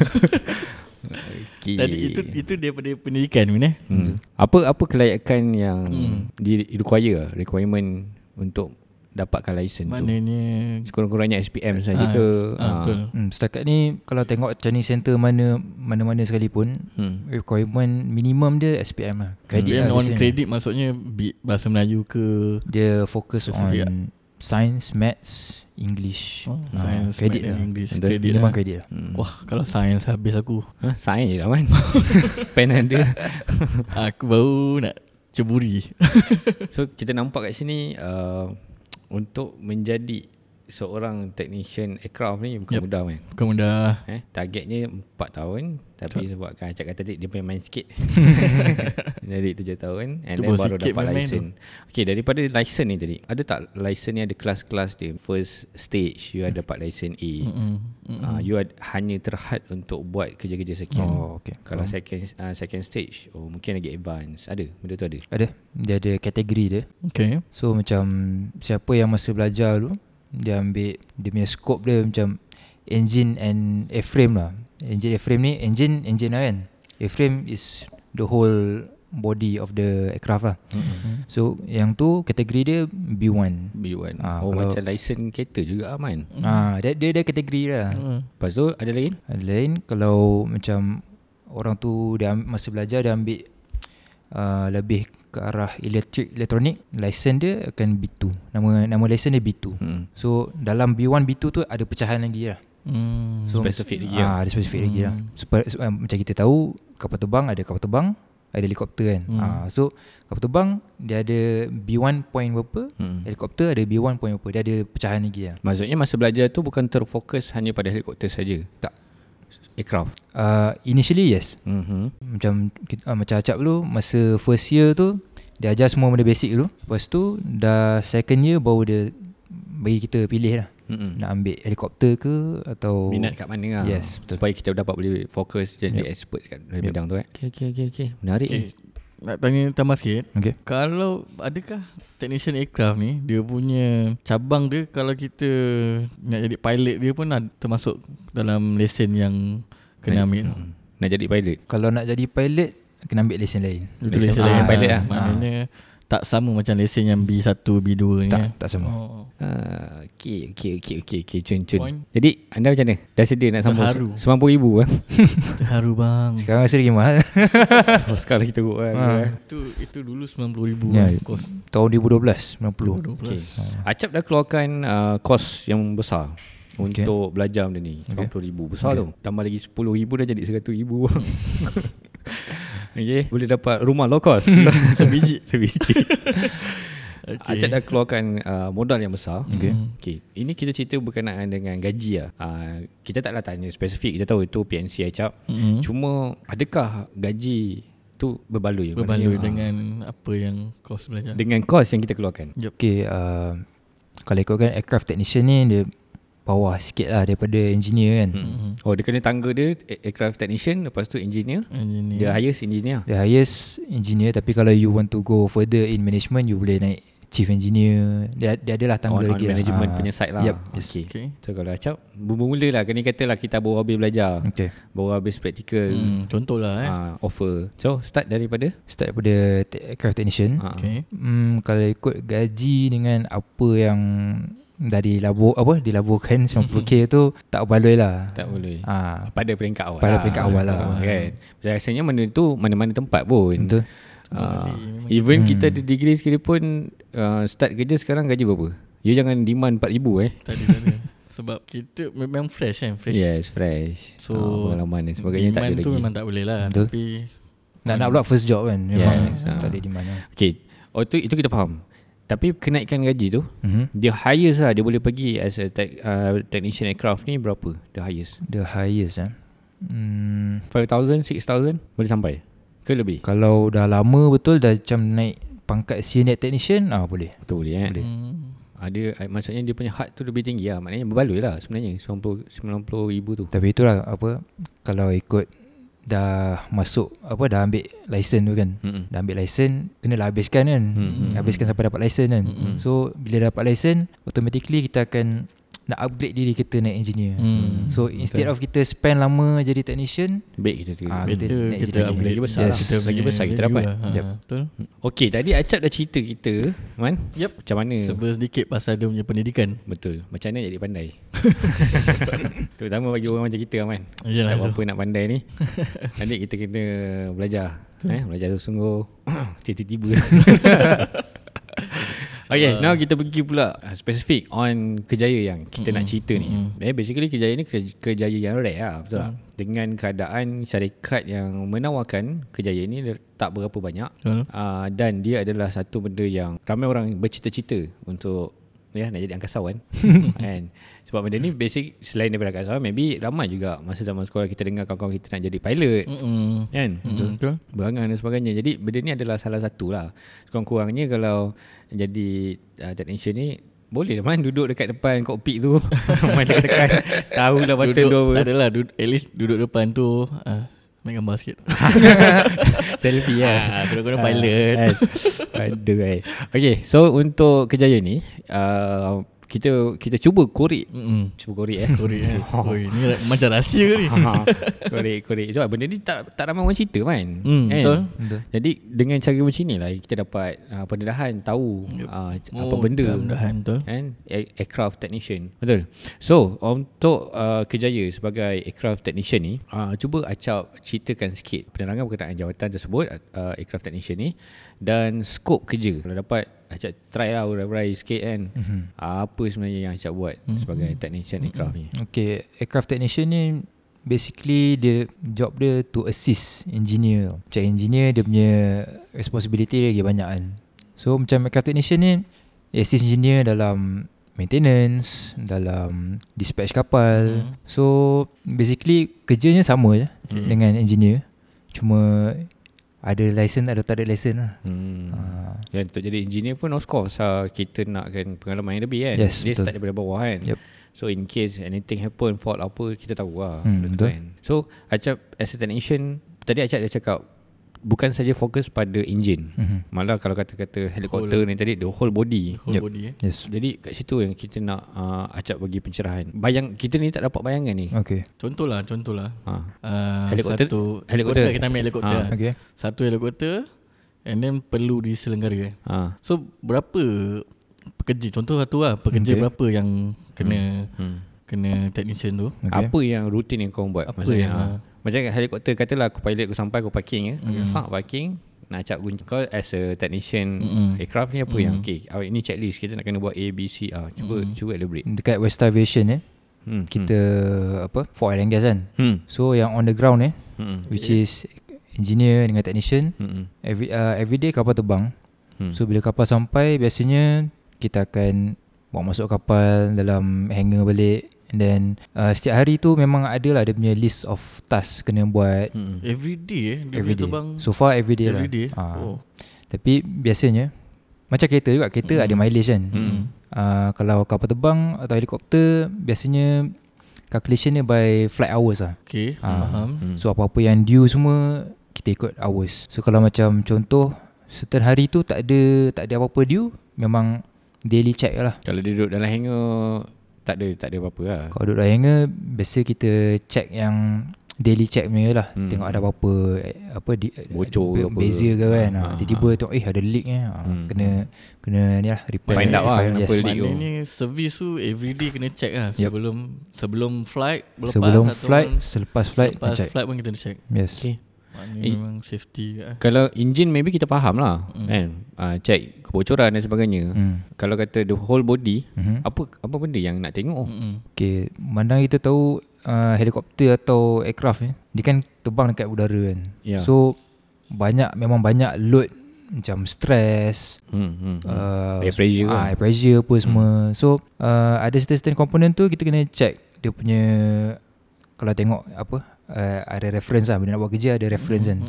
C: Okay.
D: Tadi itu itu daripada pendidikan ni eh.
C: Hmm. Apa apa kelayakan yang
D: Hmm.
C: di require requirement untuk dapatkan license tu?
D: Maknanya
C: Sekurang-kurangnya SPM saja
D: Ah,
C: ke?
D: ah,
C: Ah.
D: betul.
E: Hmm, setakat ni kalau tengok training center mana mana-mana sekalipun
C: Hmm.
E: requirement minimum dia SPM lah. Credit
D: Credit
E: lah
D: on
E: biasanya.
D: credit maksudnya bi- bahasa Melayu ke
E: Dia fokus
D: Specific lah.
E: on science, maths, English.
D: oh,
E: Ah,
D: science,
E: credit
D: math and
E: lah.
D: English
C: Betul.
D: credit
E: Minimum
D: lah.
E: credit lah.
C: Hmm.
D: Wah, kalau science habis aku.
C: Ha, sains je lah man. Pen ada.
D: aku baru nak ceburi.
C: So kita nampak kat sini uh, untuk menjadi seorang technician aircraft ni
D: Yup.
C: bukan yep. mudah kan.
D: Bukan mudah
C: Eh, targetnya 4 tahun tapi Betul. sebabkan Acap kata dia, dia punya main sikit. Jadi 7 tahun and
D: Tu
C: then
D: baru
C: baru
D: sikit
C: dapat
D: main-main
C: license. Okey, daripada license ni tadi, ada tak license ni ada kelas-kelas dia. First stage you ada dapat license A.
D: Mm, Hmm,
C: Mm-mm. Uh, you ada, hanya terhad untuk buat kerja-kerja sekian.
E: Oh, okey.
C: Kalau second uh, second stage, oh mungkin lagi advance. Ada, benda tu ada.
E: Ada. Dia ada kategori dia.
D: Okay
E: So macam siapa yang masa belajar dulu dia ambil dia punya scope dia macam engine and airframe lah. Engine airframe ni engine engine lah kan. Airframe is the whole body of the aircraft lah. Mm-hmm. So yang tu kategori dia B1.
C: B1.
E: Ah,
C: oh,
E: kalau-
C: macam license kereta juga ah, man.
E: Ah, dia dia ada kategori lah.
C: Lepas tu ada lagi?
E: Ada lain kalau macam orang tu dia am- masa belajar dia ambil uh, lebih ke arah elektrik elektronik license dia akan B2 nama nama license dia B2
C: Hmm.
E: so dalam B1 B2 tu ada pecahan lagi lah
D: Hmm
E: so,
C: Spesifik lagi
E: ah, ada spesifik lagi lah Super, se- uh, macam kita tahu kapal terbang ada kapal terbang ada helikopter kan hmm. ah, so kapal terbang dia ada B1 point berapa hmm. helikopter ada B1 point berapa dia ada pecahan lagi lah
C: Maksudnya masa belajar tu bukan terfokus hanya pada helikopter saja.
E: Tak.
C: Aircraft.
E: uh, initially yes
C: Mhm.
E: macam uh, macam acap dulu masa first year tu dia ajar semua benda basic dulu lepas tu dah second year baru dia bagi kita pilih lah
C: Mhm.
E: nak ambil helikopter ke atau
C: Minat kat mana lah.
E: Yes, betul.
C: Supaya kita dapat boleh fokus jadi yep. expert kat yep. bidang tu eh. Okey okey okey okey. Menarik okay.
D: Okay Nak tanya tambah sikit
E: okey
D: Kalau adakah technician aircraft ni dia punya cabang dia kalau kita nak jadi pilot dia pun ada termasuk dalam lesen yang kena ambil.
C: Nak jadi pilot.
E: kalau nak jadi pilot kena ambil lesen lain
D: Itu lesen,
C: Lesen- lesen
D: yang
C: pilot lah.
D: Maknanya tak sama macam lesen yang B1, B2 ni.
E: tak
D: eh.
E: tak sama
D: Oh.
C: Ah, okey okey okey okey okey cun cun.
D: Point.
C: Jadi anda macam mana? Dah sedia nak sambung
D: Terharu.
C: RM90,000 eh.
D: Terharu bang.
E: sekarang rasa lagi mahal
C: so, sekarang lagi teruk kan.
E: Ah.
D: Itu itu dulu 90,000
E: Ya,
D: yeah. kos.
E: tahun 2012
D: 12.
E: 90
C: Okay. Ah. Acap dah keluarkan uh, kos yang besar
E: Okey.
C: untuk belajar benda ni.
E: Okey.
C: RM80,000 besar okay. tu. Tambah lagi RM10,000 dah jadi RM100,000. okay. Boleh dapat rumah low cost. Sebiji. Sebiji. Okay. Acap dah keluarkan uh, modal yang besar. Hmm.
E: Okey.
C: Okay. Ini kita cerita berkenaan dengan gaji lah. Uh, kita taklah tanya spesifik. Kita tahu itu PNC Acap.
D: Mm-hmm.
C: Cuma adakah gaji tu berbaloi?
D: Berbaloi
C: Maknanya, ah,
D: dengan apa yang kos belajar.
C: dengan kos yang kita keluarkan.
E: okey uh, kalau ikutkan aircraft technician ni dia bawah sikit lah daripada engineer kan hmm.
D: Mm-hmm.
C: Oh dia kena tangga dia a- Aircraft technician Lepas tu engineer
D: Engineer.
C: Dia highest engineer
E: The highest engineer Tapi kalau you want to go further in management You boleh naik chief engineer Dia, dia adalah
C: On,
E: tangga
C: on
E: lagi lah.
C: Oh, management
E: Ah.
C: punya side lah
E: Yep yes.
C: okay.
D: Okay.
C: So kalau acap Bermula lah Kena katalah kita baru habis belajar
E: Ah, Okay
C: Baru habis praktikal
D: Hmm, contohlah eh.
C: uh, Offer So start daripada
E: Start daripada te- aircraft technician
C: ah,
D: Okay.
E: hmm, Kalau ikut gaji dengan apa yang Dari labur Apa Dilaburkan 90k tu Tak baloi lah
C: Tak boleh
E: Ah,
C: Pada peringkat awal
E: Pada peringkat awal lah.
C: kan? Rasanya benda tu Mana-mana tempat pun
E: Betul Hmm.
C: Ah, Even kita ada degree sekali pun uh, Start kerja sekarang gaji berapa? You jangan demand 4000 eh
D: Tak ada, tak ada. Sebab kita memang fresh kan, fresh.
C: Yes fresh
D: So,
C: Ah, Pengalaman dan sebagainya tak
D: demand
C: ada lagi
D: tu memang tak boleh lah
E: Betul.
D: Tapi
E: Nak nak pula first job kan Memang
C: Yes, ah.
E: tak ada lah. di mana
C: Okay Oh tu itu kita faham Tapi kenaikan gaji tu
E: Mhm.
C: Dia highest lah Dia boleh pergi As a tech, uh, technician aircraft ni Berapa The highest
E: The highest eh. hmm,
C: 5,000 6,000 Boleh sampai Ke lebih
E: Kalau dah lama betul Dah macam naik Pangkat senior technician ah Boleh
C: Betul boleh eh
E: Boleh.
D: hmm,
C: Ada eh, Maksudnya dia punya hard tu Lebih tinggi lah Maknanya berbaloi lah Sebenarnya 90 ribu tu
E: Tapi itulah apa kalau ikut dah masuk apa dah ambil license tu kan.
C: Mm-mm.
E: Dah ambil license kenalah habiskan kan.
C: Mm-mm.
E: Habiskan sampai dapat license kan. So bila dapat license automatically kita akan nak upgrade diri kita naik engineer.
D: Hmm.
E: So instead of kita spend lama jadi technician
C: Baik kita tengok
E: Ah,
D: Better
E: Kita-
D: kita,
E: kita-
D: upgrade
C: lagi besar lah. Lagi
D: punya
C: besar kita
D: value
C: dapat. Hmm.
D: lah. Ha,
E: Yep.
D: Betul
C: Okay tadi Acap dah cerita kita Man
D: Yep.
C: Macam mana
D: Sebelum sedikit pasal dia punya pendidikan
C: Betul Macam mana jadi pandai Terutama bagi orang macam kita Man
D: Yalah,
C: Tak
D: betul.
C: apa-apa nak pandai ni Nanti kita kena belajar eh, Belajar sungguh-sungguh Tiba-tiba Okay now kita pergi pula uh, Spesifik on Kejaya yang Kita nak cerita ni eh, Basically Kejaya ni ke- Kejaya yang rare lah Betul tak Dengan keadaan syarikat yang Menawarkan Kejaya ni dia Tak berapa banyak Ah,
D: Betul.
C: uh, Dan dia adalah satu benda yang Ramai orang bercita-cita Untuk Ya nak jadi angkasawan kan Sebab benda ni basic Selain daripada angkasawan Maybe ramai juga Masa zaman sekolah kita dengar Kawan-kawan kita nak jadi pilot
D: Mm-mm.
C: Kan
D: Mm. Mm-mm. Betul
C: Berangan dan sebagainya Jadi benda ni adalah salah satu lah Sekurang-kurangnya kalau Jadi uh, technician ni Boleh lah man Duduk dekat depan kokpit tu Main dekat Tahu lah button tu
D: Duduk
C: apa
D: Adalah duduk, At least duduk depan tu uh, Main gambar sikit
C: Selfie lah
D: Ah, Guna-guna pilot
C: kan. Aduh eh. Okay so untuk Kejaya ni uh, Kita kita cuba korek
D: Mm-mm.
C: Cuba korek eh
D: Korek eh Oi, Ni ra- macam rahsia ke ni
C: Ha, korek korek Sebab benda ni tak, tak ramai orang cerita kan
D: Hmm,
C: kan?
D: betul.
E: Betul.
C: Jadi dengan cara macam ni lah Kita dapat uh, pendedahan Tahu uh, apa
D: Oh,
C: benda
D: mudah-mudahan, betul.
C: kan? Air- Aircraft technician Betul So untuk uh, Kejaya sebagai aircraft technician ni uh, Cuba Acap ceritakan sikit Penerangan berkenaan jawatan tersebut uh, Aircraft technician ni Dan skop kerja Kalau dapat Acap try lah Urai-urai sikit kan mm-hmm. uh, Apa sebenarnya yang Acap buat mm-hmm. Sebagai technician aircraft ni
E: Okay, aircraft technician ni basically dia job dia to assist engineer. Macam engineer dia punya responsibility dia lagi banyak kan. So macam aircraft technician ni dia assist engineer dalam maintenance, dalam dispatch kapal. Hmm. So basically kerjanya sama je okay. dengan engineer. Cuma ada license ada tak ada license lah.
C: Hmm.
E: Ah.
C: Ya, untuk jadi engineer pun of course uh, kita nakkan pengalaman yang lebih kan.
E: Yes,
C: Dia
E: betul.
C: start daripada bawah kan.
E: Yep.
C: So in case anything happen, fault apa, kita tahu lah.
E: Hmm,
C: benda tu
E: betul.
C: Kan. So Acap as a technician, tadi Acap dah cakap bukan saja fokus pada enjin.
E: Mhm.
C: Malah kalau kata-kata helikopter ni tadi, the whole body.
D: Whole
E: Yep.
D: body eh
E: Yes.
C: Jadi kat situ yang kita nak uh, Acap bagi pencerahan. Bayang Kita ni tak dapat bayangan ni.
E: Okay.
D: Contohlah Contohlah
C: Ha.
D: uh,
C: Helikopter?
D: Satu
C: Helikopter.
D: Kita ambil helikopter
C: Ah,
E: Okay.
D: Satu helikopter And then perlu diselenggara eh
C: Ha.
D: So berapa pekerja contoh satu lah pekerja okay.
E: Okay.
D: berapa yang kena hmm.
C: Hmm.
D: kena technician tu.
E: Okay.
C: Okay. Apa yang rutin yang kau buat?
D: Apa
C: Maksudnya,
D: yang,
C: ha. Macam kat helikopter katalah aku pilot aku sampai aku parking ya. Hmm. Sak parking nak cap gunci kau as a technician
D: Mm-mm.
C: mm. aircraft ni apa mm. yang okay awak ini checklist kita nak kena buat A B C ah cuba mm. cuba elaborate.
E: Dekat Westar Aviation eh
C: Hmm.
E: kita apa? For oil and gas kan.
C: Hmm.
E: So yang on the ground eh
C: Hmm.
E: which is engineer dengan technician
C: Hmm.
E: every uh, every day kapal terbang.
C: Hmm.
E: Hmm. So bila kapal sampai biasanya kita akan bawa masuk kapal dalam hangar balik and then uh, setiap hari tu memang ada lah dia punya list of task kena buat
C: Hmm.
D: Every day eh dia every
E: every day.
D: terbang
E: So far every day
D: every
E: lah.
D: day.
E: Ah.
D: Oh.
E: Tapi biasanya macam kereta juga kereta hmm. ada mileage kan. Hmm.
C: Hmm.
E: Uh, kalau kapal terbang atau helikopter biasanya calculation dia by flight hours lah.
D: Okay,
E: Ah.
D: faham.
C: Hmm.
E: So apa-apa yang due semua kita ikut hours. So kalau macam contoh certain hari tu tak ada tak ada apa-apa due, memang daily check lah.
C: Kalau dia duduk dalam hangar tak ada tak ada apa-apa lah.
E: Kalau duduk dalam hangar biasa kita check yang daily check punya lah.
C: Hmm.
E: Hmm. Tengok ada apa-apa eh, apa di, eh,
C: Bocor ke
E: be-
C: apa.
E: Beza ke kan. Ha,
C: Ah,
E: tiba-tiba tengok eh ada leak eh. Ha,
C: Hmm.
E: hmm. kena kena ni lah repair.
C: Find out lah
E: refine,
C: kenapa leak. Balik tu.
D: Maknanya servis tu every day kena check lah
E: Yup.
D: sebelum sebelum flight, lepas
E: Sebelum
D: ataupun
E: flight, selepas flight
D: lepas
E: kena check.
D: flight pun kita kena check.
E: Yes.
C: Okay.
D: Maknanya
C: Eh.
D: memang safety lah.
C: Kalau engine maybe kita faham lah mm. kan. Uh, check kebocoran dan sebagainya. Mm.
E: Hmm.
C: Kalau kata the whole body
E: Mhm.
C: apa apa benda yang nak tengok? Mm.
D: Mm-mm.
E: Okay, mana kita tahu uh, helikopter atau aircraft ni, dia kan terbang dekat udara kan.
C: Ya.
E: So banyak memang banyak load macam stress,
C: Hmm. hmm.
E: uh,
C: Air pressure Hmm.
E: ah,
C: lah.
E: air pressure apa semua. So uh, ada certain-certain komponen tu kita kena check dia punya kalau tengok apa uh, ada reference lah bila nak buat kerja ada reference kan.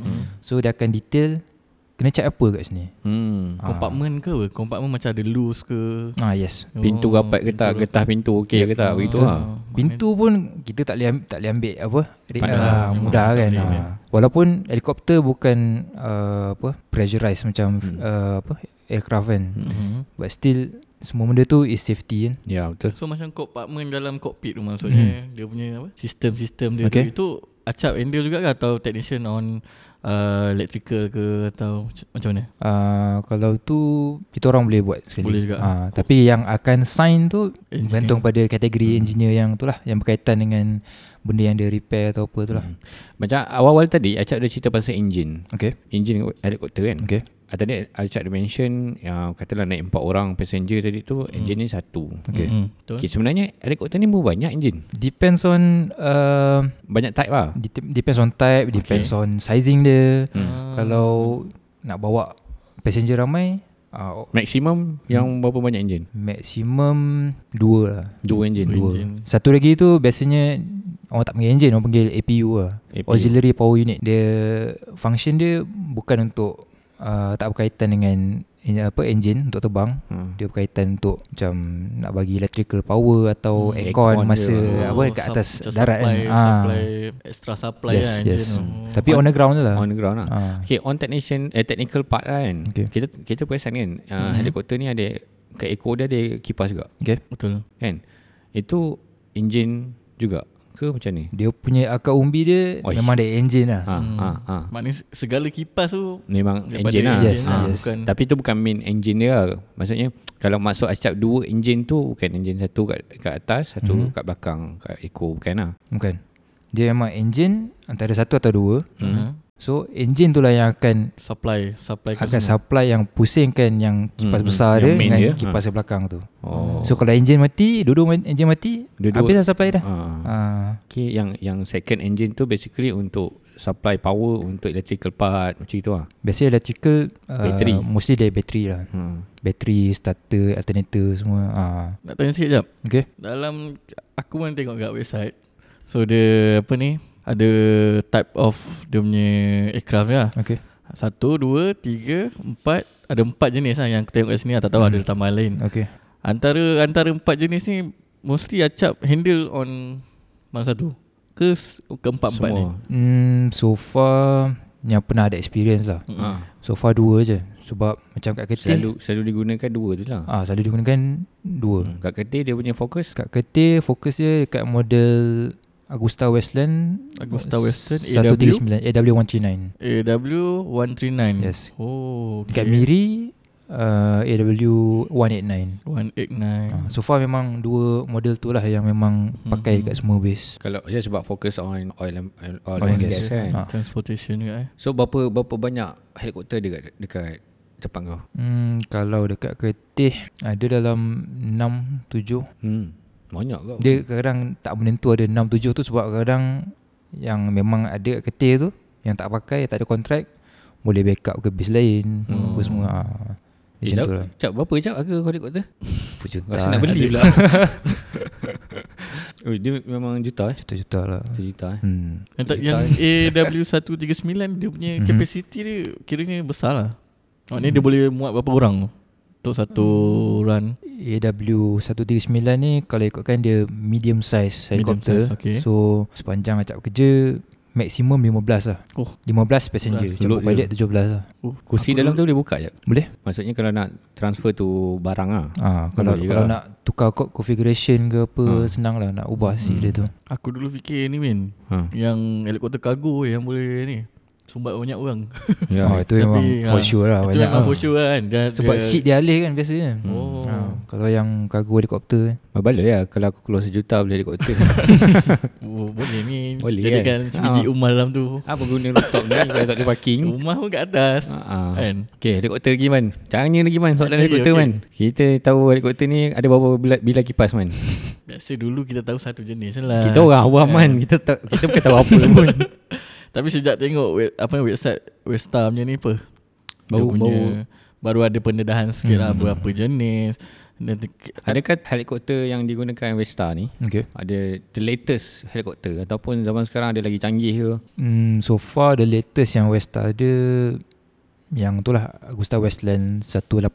E: So dia akan detail kena check apa kat sini.
C: Hmm.
D: Compartment ke apa? Compartment macam ada loose ke?
E: Ah yes.
C: Pintu
D: Oh,
C: rapat ke
D: pintu Ya,
C: tak
D: Ah,
C: Getah pintu okey ke tak Begitu lah
E: Pintu pun kita tak boleh ambil, tak boleh ambil apa re-
C: Padahal
E: ah,
D: memang
E: mudah
D: tak
E: kan.
D: boleh ambil.
E: Ah. Walaupun helikopter bukan uh, apa pressurized macam hmm. uh, apa aircraft kan. Hmm.
D: Mm-mm.
E: But still semua benda tu is safety kan.
C: Ya betul
D: So macam compartment dalam kokpit tu maksudnya hmm. dia punya apa sistem-sistem dia okay. tu
E: Okay.
D: itu acap handle juga ke atau technician on uh, electrical ke atau c- macam mana?
E: Uh, kalau tu kita orang boleh buat sekali.
D: Boleh juga.
E: Ah, tapi yang akan sign tu
D: Engineer. Hmm.
E: bergantung pada kategori engineer yang tu lah yang berkaitan dengan benda yang dia repair atau apa tu
D: Hmm.
E: lah.
C: Macam awal-awal tadi Acap ada cerita pasal enjin
E: Okay.
C: Enjin helikopter kan
E: Okay.
C: Ah, Tadi Acap ada mention uh, Katalah naik empat orang Passenger tadi tu Enjin ni satu
E: Okay.
D: Mm, betul.
C: okay, Sebenarnya helikopter ni pun banyak enjin
E: Depends on uh,
C: Banyak type lah
E: dep- depends on type, depends on sizing dia.
D: Ah,
C: Hmm.
E: Kalau nak bawa passenger ramai Uh,
C: Maksimum yang berapa banyak enjin?
E: maksimum dua lah.
C: Dua enjin.
E: Dua.
D: Engine.
E: Satu lagi tu biasanya orang tak panggil engine, orang panggil APU lah.
C: APU.
E: Auxiliary Power Unit. Dia function dia bukan untuk uh, tak berkaitan dengan en- apa engine untuk terbang.
C: Hmm.
E: Dia berkaitan untuk macam nak bagi electrical power atau
C: Hmm, aircon
E: aircon,
C: dia.
E: masa
C: Oh,
E: apa kat
D: sup-
E: atas
D: macam
E: darat kan.
D: supply,
E: Ah.
D: Supply Extra supply
E: yes,
D: lah
E: yes.
D: engine tu.
E: Tapi on the ground je lah.
C: On the ground lah.
E: Ah.
C: Okay, on technician eh, technical part lah kan.
E: Okay.
C: Kita kita perasan kan uh, mm-hmm. helikopter ni ada kat ekor dia ada kipas juga
E: Okay.
D: Betul
C: kan. Itu enjin juga ke macam ni?
E: Dia punya akar umbi dia
C: Oish.
E: memang ada engine lah.
C: Ha hmm. ha ha.
D: Maknanya segala kipas tu
C: Memang
D: daripada
C: enjin lah.
E: engine Yes,
D: lah,
E: yes.
D: Bukan
C: Tapi tu bukan main engine dia lah. Maksudnya kalau masuk acap dua engine tu bukan engine satu kat, kat atas, satu mm-hmm. kat belakang, kat ekor bukan lah.
E: Bukan. Dia memang engine antara satu atau dua.
D: Mhm.
E: So engine tu lah yang akan
D: Supply Supply kat
E: akan
D: semua.
E: supply yang pusingkan yang kipas
C: Hmm,
E: besar
C: yang
E: dia
C: main
E: dengan
C: dia,
E: kipas yang belakang tu.
C: Oh.
E: So kalau engine mati, dua-dua man- engine mati,
C: Dua-dua.
E: habis dah supply dah.
C: Ha.
E: Ha.
C: Okay, yang yang second engine tu basically untuk supply power untuk electrical part macam itu lah.
E: Biasanya electrical
C: Bateri.
E: uh, mostly dari bateri lah.
C: Hmm.
E: Bateri, starter, alternator semua. Ha.
D: Nak tanya sikit jap
E: Okay.
D: Dalam Aku pun tengok kat website So dia Apa ni Ada Type of Dia punya aircraft ni lah
E: Okay.
D: Satu Dua Tiga Empat Ada empat jenis lah Yang aku tengok kat sini lah Tak tahu ada
E: Hmm.
D: tambahan lain
E: Okay.
D: Antara Antara empat jenis ni Mostly acap Handle on Mana satu Ke s- Keempat-empat ni
C: Semua.
E: Hmm, so far yang pernah ada experience lah.
D: Mm-mm.
C: Ha.
E: So far dua je. Sebab macam kat ketih
C: Selalu selalu digunakan dua tu lah.
E: Ah, selalu digunakan dua.
C: Hmm. Kat ketir dia punya fokus.
E: Kat Ketir fokus dia dekat model Agusta Westland
D: Agusta Western AW
E: 139 AW139
D: AW139
E: Yes.
D: Oh
E: Dekat
D: okay.
E: Miri uh, AW189 Ah,
D: 189
E: So far memang dua model tu lah yang memang
D: Hmm, hmm.
E: pakai dekat semua base
C: Kalau dia sebab fokus on oil and, oil, oil
E: Oil
C: and
E: and
C: gas,
E: gas.
C: kan.
E: Ha.
D: Transportation juga eh
C: So berapa berapa banyak helikopter dekat dekat depan kau?
E: hmm, Kalau dekat Ketih ada dalam 6-7
C: Hmm. Banyak kau.
E: Dia kadang tak menentu ada 6-7 tu sebab kadang yang memang ada kat Ketir tu Yang tak pakai, tak ada kontrak Boleh backup ke base lain
C: Hmm.
E: hmm. Apa semua ha.
C: Eh,
E: Macam
C: jap,
E: tu lah Ah,
C: jap, berapa jap harga kau helikopter?
E: Berjuta
C: Rasa nak beli pula. Oi, dia memang juta eh.
E: Juta-juta lah
C: Satu juta eh.
E: hmm.
D: Yang, tak, yang AW139 dia punya
E: Mhm.
D: capacity dia kiranya besar lah. Maknanya dia boleh muat berapa orang untuk satu
C: Hmm.
D: run.
E: AW139 ni Kalau ikutkan dia medium size
D: Medium
E: helikopter
D: size, okay.
E: So sepanjang acap kerja Maksimum 15 lah
D: Oh.
E: 15 passenger
D: 15,
E: Jumpa
C: load
E: balik 17 lah
D: Oh,
C: Kursi dalam tu boleh buka je.
E: Boleh?
C: Maksudnya kalau nak transfer tu barang lah.
E: Ah, kalau
C: Boleh
E: kalau
C: juga.
E: nak tukar kod configuration ke apa
C: Ah.
E: Senang lah nak ubah seat
D: Hmm.
E: dia tu
D: Aku dulu fikir ni Min,
C: Ha.
D: yang helikopter kargo eh, yang boleh ni sumbat banyak orang.
C: Ya.
E: Oh itu
D: Tapi,
E: memang for
D: ah,
E: sure lah
D: Itu
E: banyak
D: memang
E: lah.
D: for sure kan. Dia,
E: Sebab
D: dia,
E: seat dia alih kan biasanya
D: Oh.
E: ha, Kalau yang kan. kargo helikopter
C: Baloi lah kalau aku keluar sejuta beli helikopter.
D: Oh, boleh ni.
C: Boleh
D: Jadikan
C: kan?
D: sebiji
C: Ah.
D: rumah dalam tu.
C: Apa guna rooftop ni kalau tak ada parking?
D: Rumah pun kat atas.
C: Ah. ah.
D: Kan?
C: Okay, helikopter lagi man. Caranya lagi man, soalan
D: Lagi,
C: helikopter
D: okey.
C: man. Kita tahu helikopter ni ada berapa bila, bila kipas man.
D: Biasa dulu kita tahu satu jenis je lah.
C: Kita orang awam man, kita tak kita bukan tahu apa pun.
D: Tapi sejak tengok web, apa ni, website Westar punya ni apa? Dia
C: Baru- baru.
D: baru ada pendedahan sikit hmm. lah berapa jenis. Dan te-
C: Adakah helikopter yang digunakan Westa ni
E: Okay
C: ada the latest helikopter ataupun zaman sekarang ada lagi canggih ke?
E: Hmm, so far the latest yang Westa ada yang tu lah Agusta Westland 189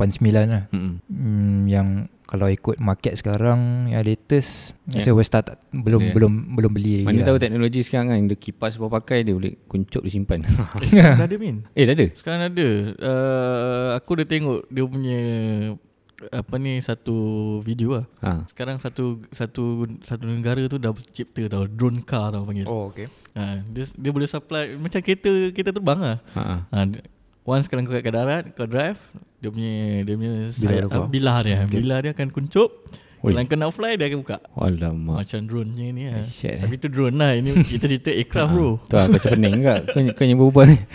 E: lah.
C: Hmm.
E: Hmm, yang kalau ikut market sekarang yang latest yeah.
C: Yeah.
E: saya Westa tak, belum
C: Yeah.
E: belum belum beli lagi.
C: Mana
E: lah.
C: tahu teknologi sekarang kan dia kipas bawa pakai dia boleh kuncup disimpan.
E: Ah.
D: dah ada Min?
C: eh dah ada.
D: Sekarang ada. Uh, aku dah tengok dia punya apa ni satu video lah.
C: Ha.
D: Sekarang satu satu satu negara tu dah cipta tau drone car tau panggil. Oh.
E: Oh okay.
D: Ha, dia, dia boleh supply macam kereta kereta terbang lah.
C: Ha. ha.
D: Ha, d- once kalau kau kat darat, kau drive, dia punya dia punya
E: Bilah
D: sayap-
E: dia keluar.
D: bilah dia.
E: Okay.
D: Bilah dia akan kuncup.
C: Oi.
D: Kalau kau nak fly dia akan buka.
C: Alamak.
D: Macam drone nya ni lah.
C: Asyik, eh.
D: Tapi tu drone lah. Ini kita cerita aircraft bro.
C: Ha. Tu lah, kau macam pening kat Kau, kau yang berubah ni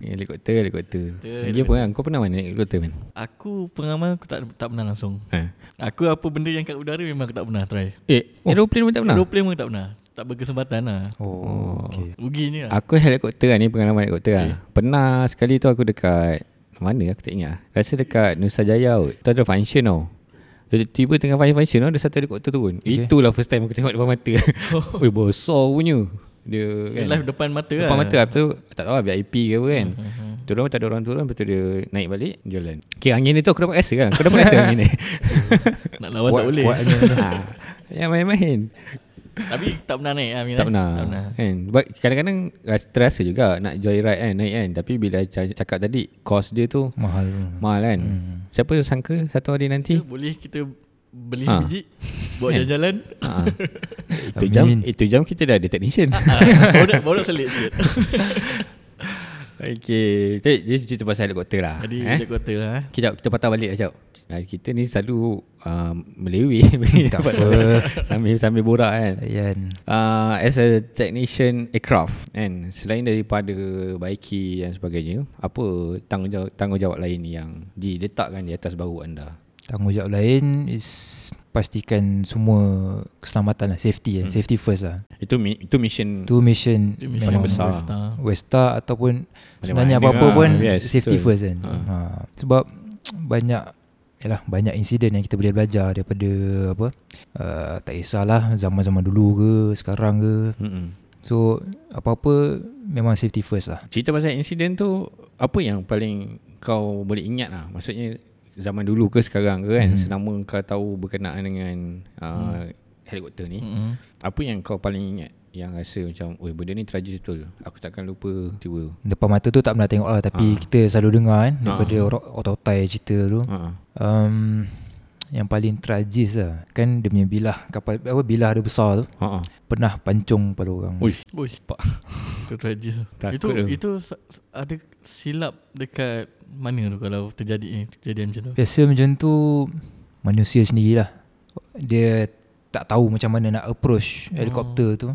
C: Helikopter, helikopter Lagi apa kan Kau pernah mana naik helikopter kan
D: Aku pengalaman aku tak tak pernah langsung.
C: ha.
D: Aku apa benda yang kat udara memang aku tak pernah try.
C: Eh oh. aeroplane pun tak pernah
D: Aeroplane pun tak pernah. Tak berkesempatan lah.
E: Oh, okay.
D: Ruginya lah.
C: Aku helikopter lah ni Pengalaman helikopter lah Pernah sekali tu aku dekat Mana aku tak ingat Rasa dekat Nusa Jaya kot. Tu ada function tau Dia Tiba tengah function tau Ada satu helikopter turun okay. Itulah first time aku tengok depan mata Weh besar punya Dia kan,
D: Dia live Kan, depan mata
C: Depan
D: lah.
C: mata Lepas tu Tak tahu lah VIP ke apa kan Turun tak ada orang turun Lepas tu dia naik balik Jalan Okay angin ni tu aku dapat rasa kan Kau dapat rasa angin ni
D: Nak lawan tak boleh
C: ha, Yang main-main
D: Tapi tak pernah naik Amin
C: Tak pernah,
D: Tak pernah
C: kan But kadang-kadang ras- Terasa juga Nak joyride kan Naik kan Tapi bila ca- cakap tadi Cost dia tu
E: Mahal
C: Mahal kan hmm. Siapa sangka Satu hari nanti
D: Boleh kita Beli
C: Eh. Ha.
D: sebiji Buat jalan-jalan
C: ha. Itu jam
E: Amin.
C: Itu jam kita dah ada technician
D: baru, nak- baru nak Ah, selit sikit
C: Okay Jadi jadi cerita pasal helikopter lah
D: Jadi
C: eh?
D: eh? kota lah eh.
C: Kejap kita patah balik lah Jap Ah, Kita ni selalu uh, Meleweh Tak apa Sambil, sambil borak kan
E: Ayan
C: uh, as a technician aircraft kan selain daripada baiki dan sebagainya apa tanggungjawab tanggungjawab lain yang diletakkan di atas bahu anda
E: Tanggungjawab lain is pastikan semua keselamatan lah safety eh. hmm. safety first lah
C: itu mi- itu mission
E: tu mission,
D: Dia mission
E: memang
D: besar
E: Ha, Westar ataupun
C: mana
E: sebenarnya apa-apa
C: lah.
E: pun
C: Yes,
E: yes, safety
C: betul.
E: first kan
C: Ha.
E: ha. Ha. sebab banyak Yalah, banyak insiden yang kita boleh belajar daripada apa uh, tak kisahlah zaman-zaman dulu ke sekarang ke
C: Mm-mm.
E: so apa-apa memang safety first lah
C: cerita pasal insiden tu apa yang paling kau boleh ingat lah maksudnya zaman dulu ke sekarang ke kan hmm. selama kau tahu berkenaan dengan uh,
E: Hmm.
C: helikopter ni
D: Mm-mm.
C: apa yang kau paling ingat yang rasa macam oi benda ni tragis betul aku takkan lupa tiba
E: depan mata tu tak pernah tengok lah
C: Ah.
E: tapi ha. kita selalu dengar kan daripada ha. otak-otai cerita tu
C: ha
E: um, yang paling tragis lah kan dia punya bilah kapal apa bilah dia besar tu
C: ha ha
E: pernah pancung pada orang
C: Uish.
D: Oi, Itu tragis tu.
C: Takut
D: Itu
C: tu.
D: itu sa- sa- ada silap dekat mana tu kalau terjadi eh, kejadian macam tu.
E: Biasa macam tu manusia sendirilah. Dia tak tahu macam mana nak approach
C: Hmm.
E: helikopter tu.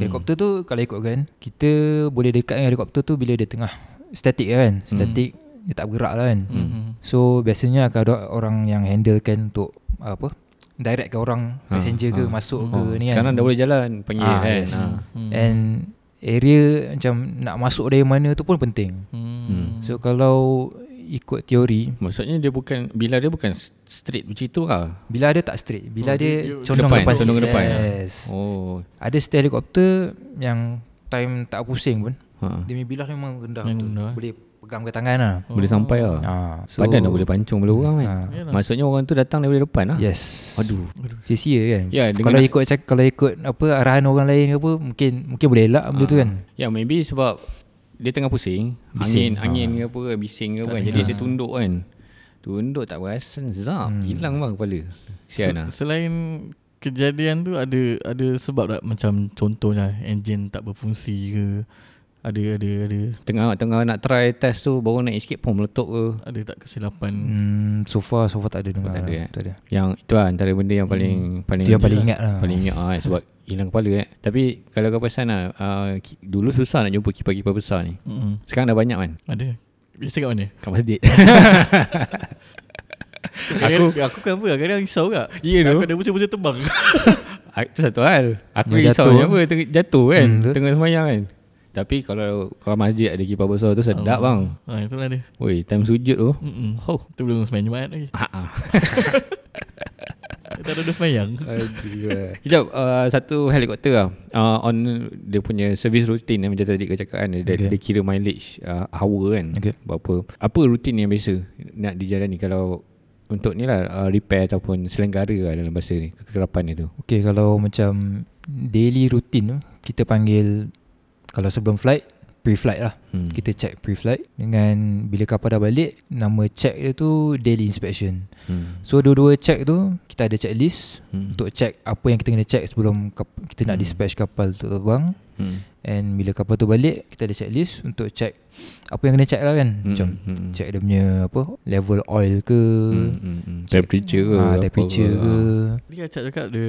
E: Helikopter tu kalau ikutkan kita boleh dekat dengan helikopter tu bila dia tengah static kan.
C: Hmm.
E: Static dia tak bergerak lah kan.
D: Hmm.
E: So biasanya akan ada orang yang handlekan untuk apa? Directkan orang messenger ke masuk ke ni kan.
C: Ha. Hmm. Sekarang dah boleh jalan Panggil
E: Ah,
C: kan
E: yes.
C: ha.
E: And area macam nak masuk dari mana tu pun penting.
D: Hmm.
E: So kalau ikut teori
C: Maksudnya dia bukan Bila dia bukan Straight macam tu lah
E: bila dia tak straight,
D: Oh,
E: bila dia,
D: dia- dia-
E: condong
C: depan,
E: depan, sikit.
C: condong ke depan.
E: Yes.
C: Oh
E: Ada stay helikopter yang time tak pusing pun.
C: ha.
E: Dia punya bilah dia memang rendah
D: Memang
E: tu.
D: rendah, eh?
E: Boleh pegang ke tangan lah.
C: Boleh sampai lah
E: Ha,
C: so, Badan dah boleh pancung Bila orang kan
E: Ah.
D: Yalah.
C: Maksudnya orang tu datang Daripada depan lah
E: Yes.
C: Aduh
E: Macam sia kan.
C: Ya, dengan-
E: kalau ikut cak, kalau ikut apa arahan orang lain ke apa mungkin mungkin boleh elak benda tu kan.
C: Ya maybe sebab Dia tengah pusing Angin
E: Bising,
C: Angin ke apa Bising ke apa kan Jadi dia tunduk kan Tunduk tak perasan Zap Hilang bang kepala Kesian lah
D: Selain kejadian tu ada ada sebab tak macam contohnya enjin tak berfungsi ke ada ada ada
C: Tengah tengah nak try test tu Baru naik sikit Pun meletup ke
D: ada tak kesilapan
E: Hmm, so far so far tak ada dengar.
C: tak ada,
E: lah.
C: eh?
E: Tak ada.
C: Yang itu lah antara benda yang paling paling
E: Itu yang paling ingat lah.
C: Paling ingat lah eh, sebab hilang kepala eh. Tapi kalau kau perasan lah uh, ki- dulu susah nak jumpa kipar-kipar besar ni.
D: hmm.
C: Sekarang dah banyak kan
D: ada biasa kat mana
C: kat masjid.
D: aku aku kenapa kadang risau juga
C: Ya tu.
D: aku ada busa-busa tebang
C: Ah, Itu satu hal. Aku
E: Dia
C: risau
E: jatuh.
C: je apa teng- jatuh kan
E: Hmm, betul.
C: tengah semayang kan. Tapi kalau kalau masjid ada kipar besar tu
E: Oh.
C: sedap bang.
D: ha itulah dia
C: Woi, time sujud tu.
D: hmm oh tu belum sembahyang Jumaat lagi
C: Ha ah.
D: tak ada sembahyang
C: Kejap uh, Satu helikopter lah uh, On Dia punya service routine eh, Macam tadi kau cakap kan Dia, okay.
E: Okay.
C: dia kira mileage uh, Hour kan
E: Okay.
C: Berapa Apa rutin yang biasa Nak dijalani Kalau Untuk ni lah uh, Repair ataupun Selenggara lah Dalam bahasa ni Kekerapan dia tu
E: Okey kalau macam daily routine kita panggil kalau sebelum flight pre-flight lah.
C: hmm.
E: Kita check pre-flight dengan bila kapal dah balik nama check dia tu daily inspection.
C: hmm.
E: So dua-dua check tu kita ada checklist
C: Hmm.
E: untuk check apa yang kita kena check sebelum kap- kita nak dispatch kapal tu terbang
C: hmm.
E: and bila kapal tu balik kita ada checklist untuk check apa yang kena check lah kan. Macam
C: hmm.
E: check dia punya apa level oil ke
C: hmm. hmm. hmm. Temperature ke
E: ah,
C: apa
E: temperature
C: ke.
E: ke.
D: Dia Acap cakap dia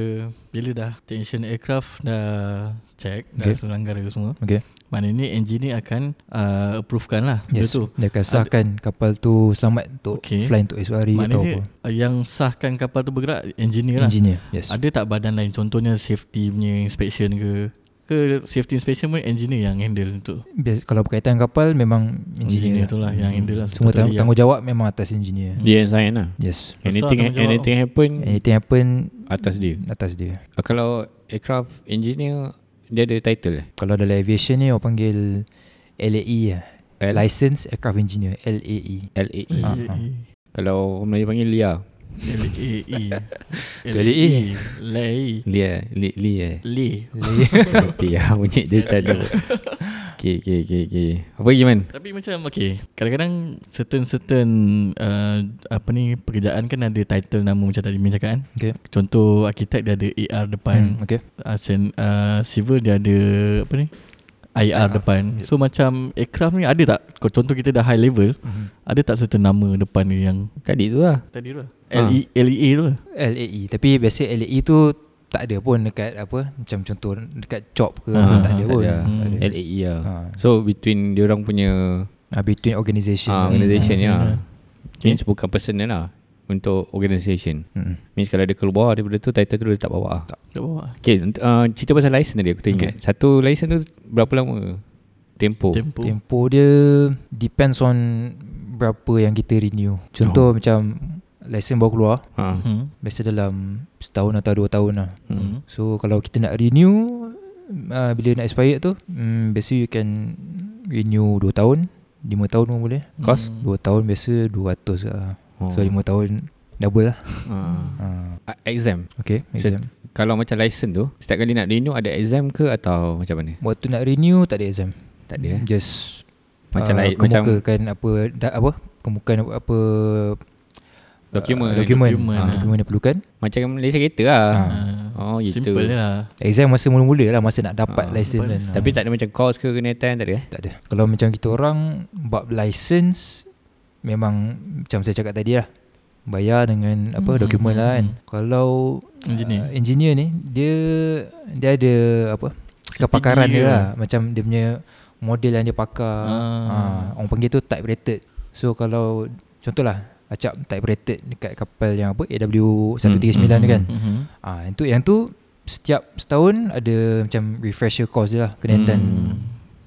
D: Bila dah technician aircraft dah check Dah
E: Okay.
D: selenggara semua
E: Okay.
D: Maknanya engineer akan uh, approvekan lah
E: Yes.
D: Yes tu.
E: Dia akan sahkan kapal tu selamat untuk
D: Okey.
E: okay. fly untuk esok hari atau apa.
D: Maknanya dia, uh, yang sahkan kapal tu bergerak engineer lah
E: Engineer. Yes.
D: Ada tak badan lain contohnya safety punya inspection ke ke safety inspection pun engineer yang handle untuk
E: Bias, kalau berkaitan kapal memang
D: engineer,
E: engineer,
D: tu lah
E: lah.
D: yang handle lah
E: Semua tang-
D: totally yang-
E: tanggungjawab memang atas engineer.
C: Dia yang sign lah
E: Yes.
D: Besar
C: Anything
D: tanggungjawab.
C: anything happen
E: Anything happen
C: Atas dia
E: atas dia.
C: Ah, Kalau aircraft engineer Dia ada title eh
E: Kalau dalam aviation ni orang panggil LAE lah.
C: L- E.
E: License Aircraft Engineer LAE.
C: LAE
E: Ah.
C: Kalau orang Melayu panggil LIA
D: L-A-E E,
E: L-A-E.
D: L-A-E
C: LIA LIA, LIA.
E: eh.
D: Le
C: Nanti lah bunyi dia macam tu Okay, okay, okay, okay. Apa lagi man?
D: Tapi macam okay Kadang-kadang Certain-certain uh, Apa ni Pekerjaan kan ada title nama Macam tadi Min cakap kan
E: Okay.
D: Contoh arkitek dia ada AR depan
E: Hmm, okay.
D: Asen uh, Civil dia ada Apa ni IR
E: IR,
D: depan
E: yep.
D: So macam Aircraft ni ada tak Kalau Contoh kita dah high level
E: Mhm.
D: Ada tak certain nama depan dia yang
C: Tadi tu lah.
D: Tadi tu lah
C: Ha.
D: LE, LEA tu lah
E: LAE. E. Tapi biasa LAE tu tak ada pun dekat apa macam contoh dekat job ke
D: Ah,
E: tak ada
C: tak
E: pun.
C: ada.
E: Tak ada.
C: LAE lah.
E: Ha.
C: So, between diorang punya
E: Ah, between organisation.
C: ah,
D: Hmm.
C: organisation ni lah.
D: Okay.
C: Means bukan personal lah. Untuk organisation.
E: Hmm.
C: Means kalau dia keluar daripada tu, title tu dia tak bawa lah.
D: Kat bawah
C: Okay, unt- ah, cerita pasal license tadi aku teringat. Satu license tu berapa lama? Oh. Tempo.
D: Tempo
E: Tempo dia depends on berapa yang kita renew. Contoh oh. macam license baru keluar
C: Ha.
D: hmm.
E: biasa dalam setahun atau dua tahun lah.
D: Hmm.
E: So kalau kita nak renew uh, bila nak expired tu um, biasa you can renew 2 tahun, 5 tahun pun boleh.
C: Cost?
D: Hmm.
E: 2 tahun biasa 200 lah.
C: Oh.
E: Oh. So 5 tahun double lah.
C: Ah.
E: Uh,
C: Ah, Exam.
E: okay, make
C: So-
E: sense.
C: Kalau macam license tu, setiap kali nak renew ada exam ke atau macam mana?
E: Waktu nak renew tak ada exam.
C: Tak ada
E: Hmm.
C: eh?
E: Just
C: Macam
E: ah,
C: lain- macam-
E: kemukakan apa da, apa kemukakan apa, apa
C: Dokumen.
E: ah, dokumen,
D: Dokumen,
E: dokumen,
D: ah.
E: dokumen yang perlukan.
C: Macam Malaysia kereta lah.
D: Ah.
C: Oh, gitu.
D: Simple
E: ya.
D: je lah
E: Exam masa mula-mula lah masa nak dapat
C: Ah,
E: license
D: simple
E: kan.
D: lah.
C: Tapi tak ada macam course ke kena attend tak ada eh?
E: Tak ada. Kalau macam kita orang bab license memang macam saya cakap tadi lah. Bayar dengan apa
D: Hmm.
E: dokumen lah kan. Kalau
D: Engineer.
E: uh, engineer ni dia dia ada apa kepakaran dia
D: ke?
E: lah. Macam dia punya model yang dia pakar.
D: Ah.
E: Ah, orang panggil tu type rated. So kalau contohlah acap type rated dekat kapal yang apa AW139
C: Hmm,
E: ni kan.
D: Mhm.
E: Ah yang tu yang tu setiap setahun ada macam refresher course dia lah kena attend.
D: Hmm.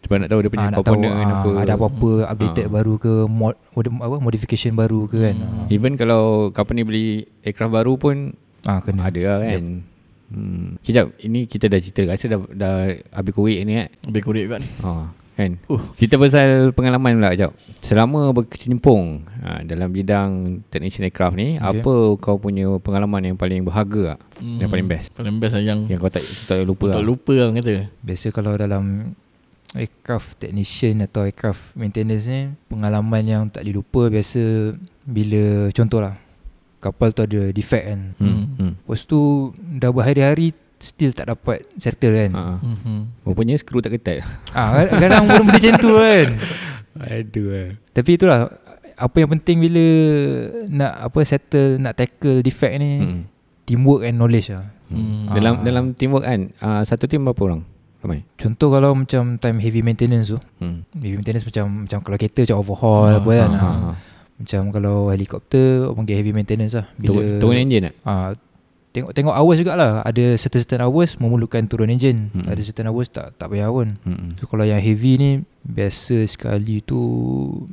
C: Sebab nak tahu dia punya
E: Ah,
C: ha,
E: nak tahu
C: komponen
E: ah,
C: apa.
E: ada apa-apa updated
C: Ah.
E: baru ke mod, mod apa modification baru ke kan. Hmm.
C: Even kalau company beli aircraft baru pun
E: Ah kena.
C: ada lah kan. Hmm. Kejap, ini kita dah cerita. Rasa dah, dah habis kuih ni kan.
D: Lebih korek kan
C: Ha, kan.
D: Uh.
C: Cerita pasal pengalaman pula kejap. Selama berkecimpung ha, dalam bidang technician aircraft ni,
E: Okay.
C: apa kau punya pengalaman yang paling berharga lah?
D: Hmm.
C: Yang paling best?
D: Paling best lah yang
C: Yang kau tak, tak lupa
D: Tak
C: lah.
D: lupa kan orang kata
E: Biasa kalau dalam aircraft technician atau aircraft maintenance ni pengalaman yang tak boleh lupa biasa bila contohlah kapal tu ada defect kan.
C: Hmm. Hmm.
E: Lepas tu dah berhari-hari still tak dapat settle kan.
C: Ha.
D: Mhm.
C: Rupanya skru tak ketat
E: Ah kadang pun benda macam tu kan.
C: Aduh eh.
E: Tapi itulah apa yang penting bila nak apa settle nak tackle defect ni hmm.
C: Hmm.
E: teamwork and knowledge lah.
D: Hmm.
C: Dalam
E: Ah.
C: dalam teamwork kan uh, Satu team berapa orang? Ramai?
E: Contoh kalau macam time heavy maintenance tu,
C: Hmm.
E: heavy maintenance macam macam kalau kereta macam overhaul apa
D: Ah,
E: kan.
C: Ha,
E: Ha.
C: ha, ha.
E: Macam kalau helikopter orang panggil heavy maintenance lah.
C: Turun, turun engine tak?
E: Ah, tengok tengok hours jugalah. Ada certain-certain hours memerlukan turun engine.
C: Hmm.
E: Hmm. Ada certain hours tak tak payah pun.
C: Hmm.
E: So kalau yang heavy ni biasa sekali tu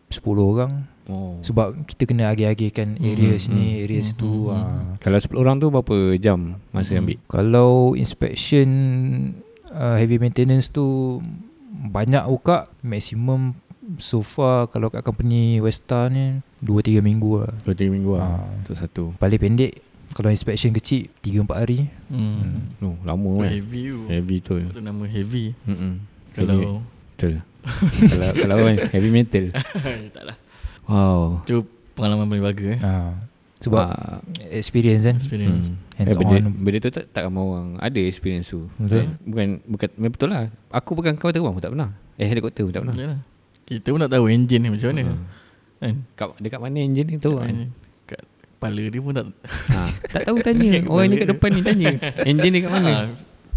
E: 10 orang
C: Oh.
E: sebab kita kena agih-agihkan area
D: Hmm,
E: sini,
D: hmm,
E: area
D: hmm,
E: situ.
D: hmm,
E: ah.
D: hmm.
C: Kalau 10 orang tu berapa jam masa
D: Hmm.
C: ambil?
E: Kalau inspection uh, heavy maintenance tu banyak buka maximum so far kalau kat company Westa ni 2 3 minggu lah.
C: 2-3 minggu lah
E: Ah.
C: Untuk satu
E: Paling pendek kalau inspection kecil 3 4 hari.
D: Hmm.
C: No, lama
D: Oh,
C: kan?
D: Heavy tu
C: Heavy tu
D: Itu nama heavy
C: Mm-mm. Heavy,
D: Kalau
C: Betul Kalau kalau kan Heavy metal
D: Tak lah
C: Wow
D: Itu pengalaman paling bagus eh.
E: Ha. Sebab
C: Ah,
E: experience kan.
D: Experience
C: kan? Hmm. Eh,
E: Hands
C: benda,
E: on.
C: benda tu tak, tak ramai orang ada experience tu Hmm.
E: Betul.
C: Bukan, bukan memang Betul lah Aku pegang kawal terbang pun tak pernah Eh helikopter pun tak pernah
D: Yalah. Kita pun nak tahu engine ni macam mana
C: Hmm.
D: Kan
C: Kat, dekat mana engine ni tahu kan
D: Kat kepala dia pun tak
C: ha, Tak tahu tanya Orang ni kat depan ni tanya Engine dekat mana
E: Ah,
D: ha,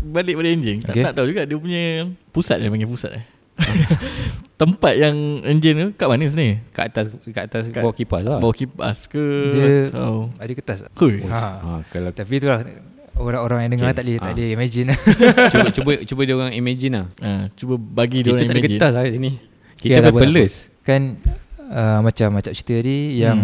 D: Balik pada engine tak,
E: Okay.
D: tak tahu juga dia punya Pusat dia panggil pusat eh. Tempat yang engine tu kat mana sebenarnya?
C: Kat atas Kat atas
D: Kat-
C: bawah kipas lah
D: Bawah kipas ke
E: Dia
D: Atau
E: ada kertas. tak?
C: Oh.
D: Hui
E: Ha.
C: ha, Kalau
E: Tapi itulah Orang-orang yang dengar
C: Okay.
E: tak boleh tak
C: Ah.
E: boleh imagine
C: cuba cuba cuba dia orang imagine lah.
D: Ha, cuba bagi dia
C: Kita
D: orang
C: tak ada
D: imagine.
C: kertas lah kat sini.
E: Okay,
C: Kita
E: Ya, tak apa,
C: paperless.
E: Kan uh, macam macam cerita ni yang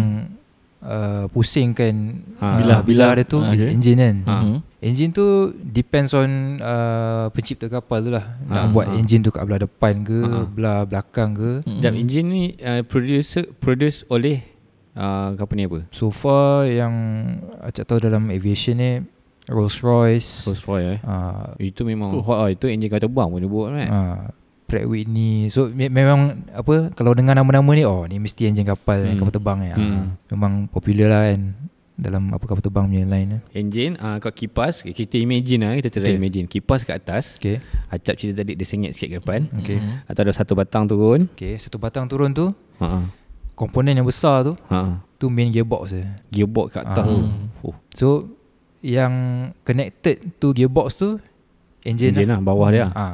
E: uh, pusingkan
C: Hmm. Ha.
E: ha.
D: Bilah,
E: bilah, bilah
D: bilah.
E: dia tu
D: Ha,
E: ha, is
D: okay.
E: engine kan.
C: Ha.
E: Ha.
D: Mhm.
E: Engine tu depends on uh, pencipta kapal tu lah. Nak
C: Ha,
E: buat
C: ha.
E: engine tu kat belah depan ke,
C: Ha, ha.
E: belah belakang ke.
D: Hmm.
C: Jap
D: Mhm.
C: engine ni uh, producer produce oleh uh, company apa?
E: So far yang acak tahu dalam aviation ni Rolls-Royce,
C: Rolls Royce eh.
E: uh,
C: Itu memang
D: Oh.
C: hot lah. Itu engine kata bang pun dia buat kan.
E: uh, Pratt Whitney. So me- memang apa kalau dengar nama-nama ni oh ni mesti engine kapal
C: Hmm.
E: hmm. kapal terbang ni.
C: Hmm.
E: Hmm. memang popular lah kan dalam apa kapal terbang punya line eh.
C: Engine uh, kat kipas kita imagine lah kita try
E: Okay.
C: imagine kipas kat atas
E: Okay.
C: acap cerita tadi dia sengit sikit ke depan
E: Okay.
D: Mhm.
C: atau ada satu batang turun
E: Okay, satu batang turun tu,
C: ha ah
E: komponen yang besar tu,
C: ha ah.
E: tu main gearbox je.
C: gearbox kat atas tu
E: Ah.
C: oh,
E: So, yang connected to gearbox tu, engine,
C: engine lah bawah dia lah.
E: Ha.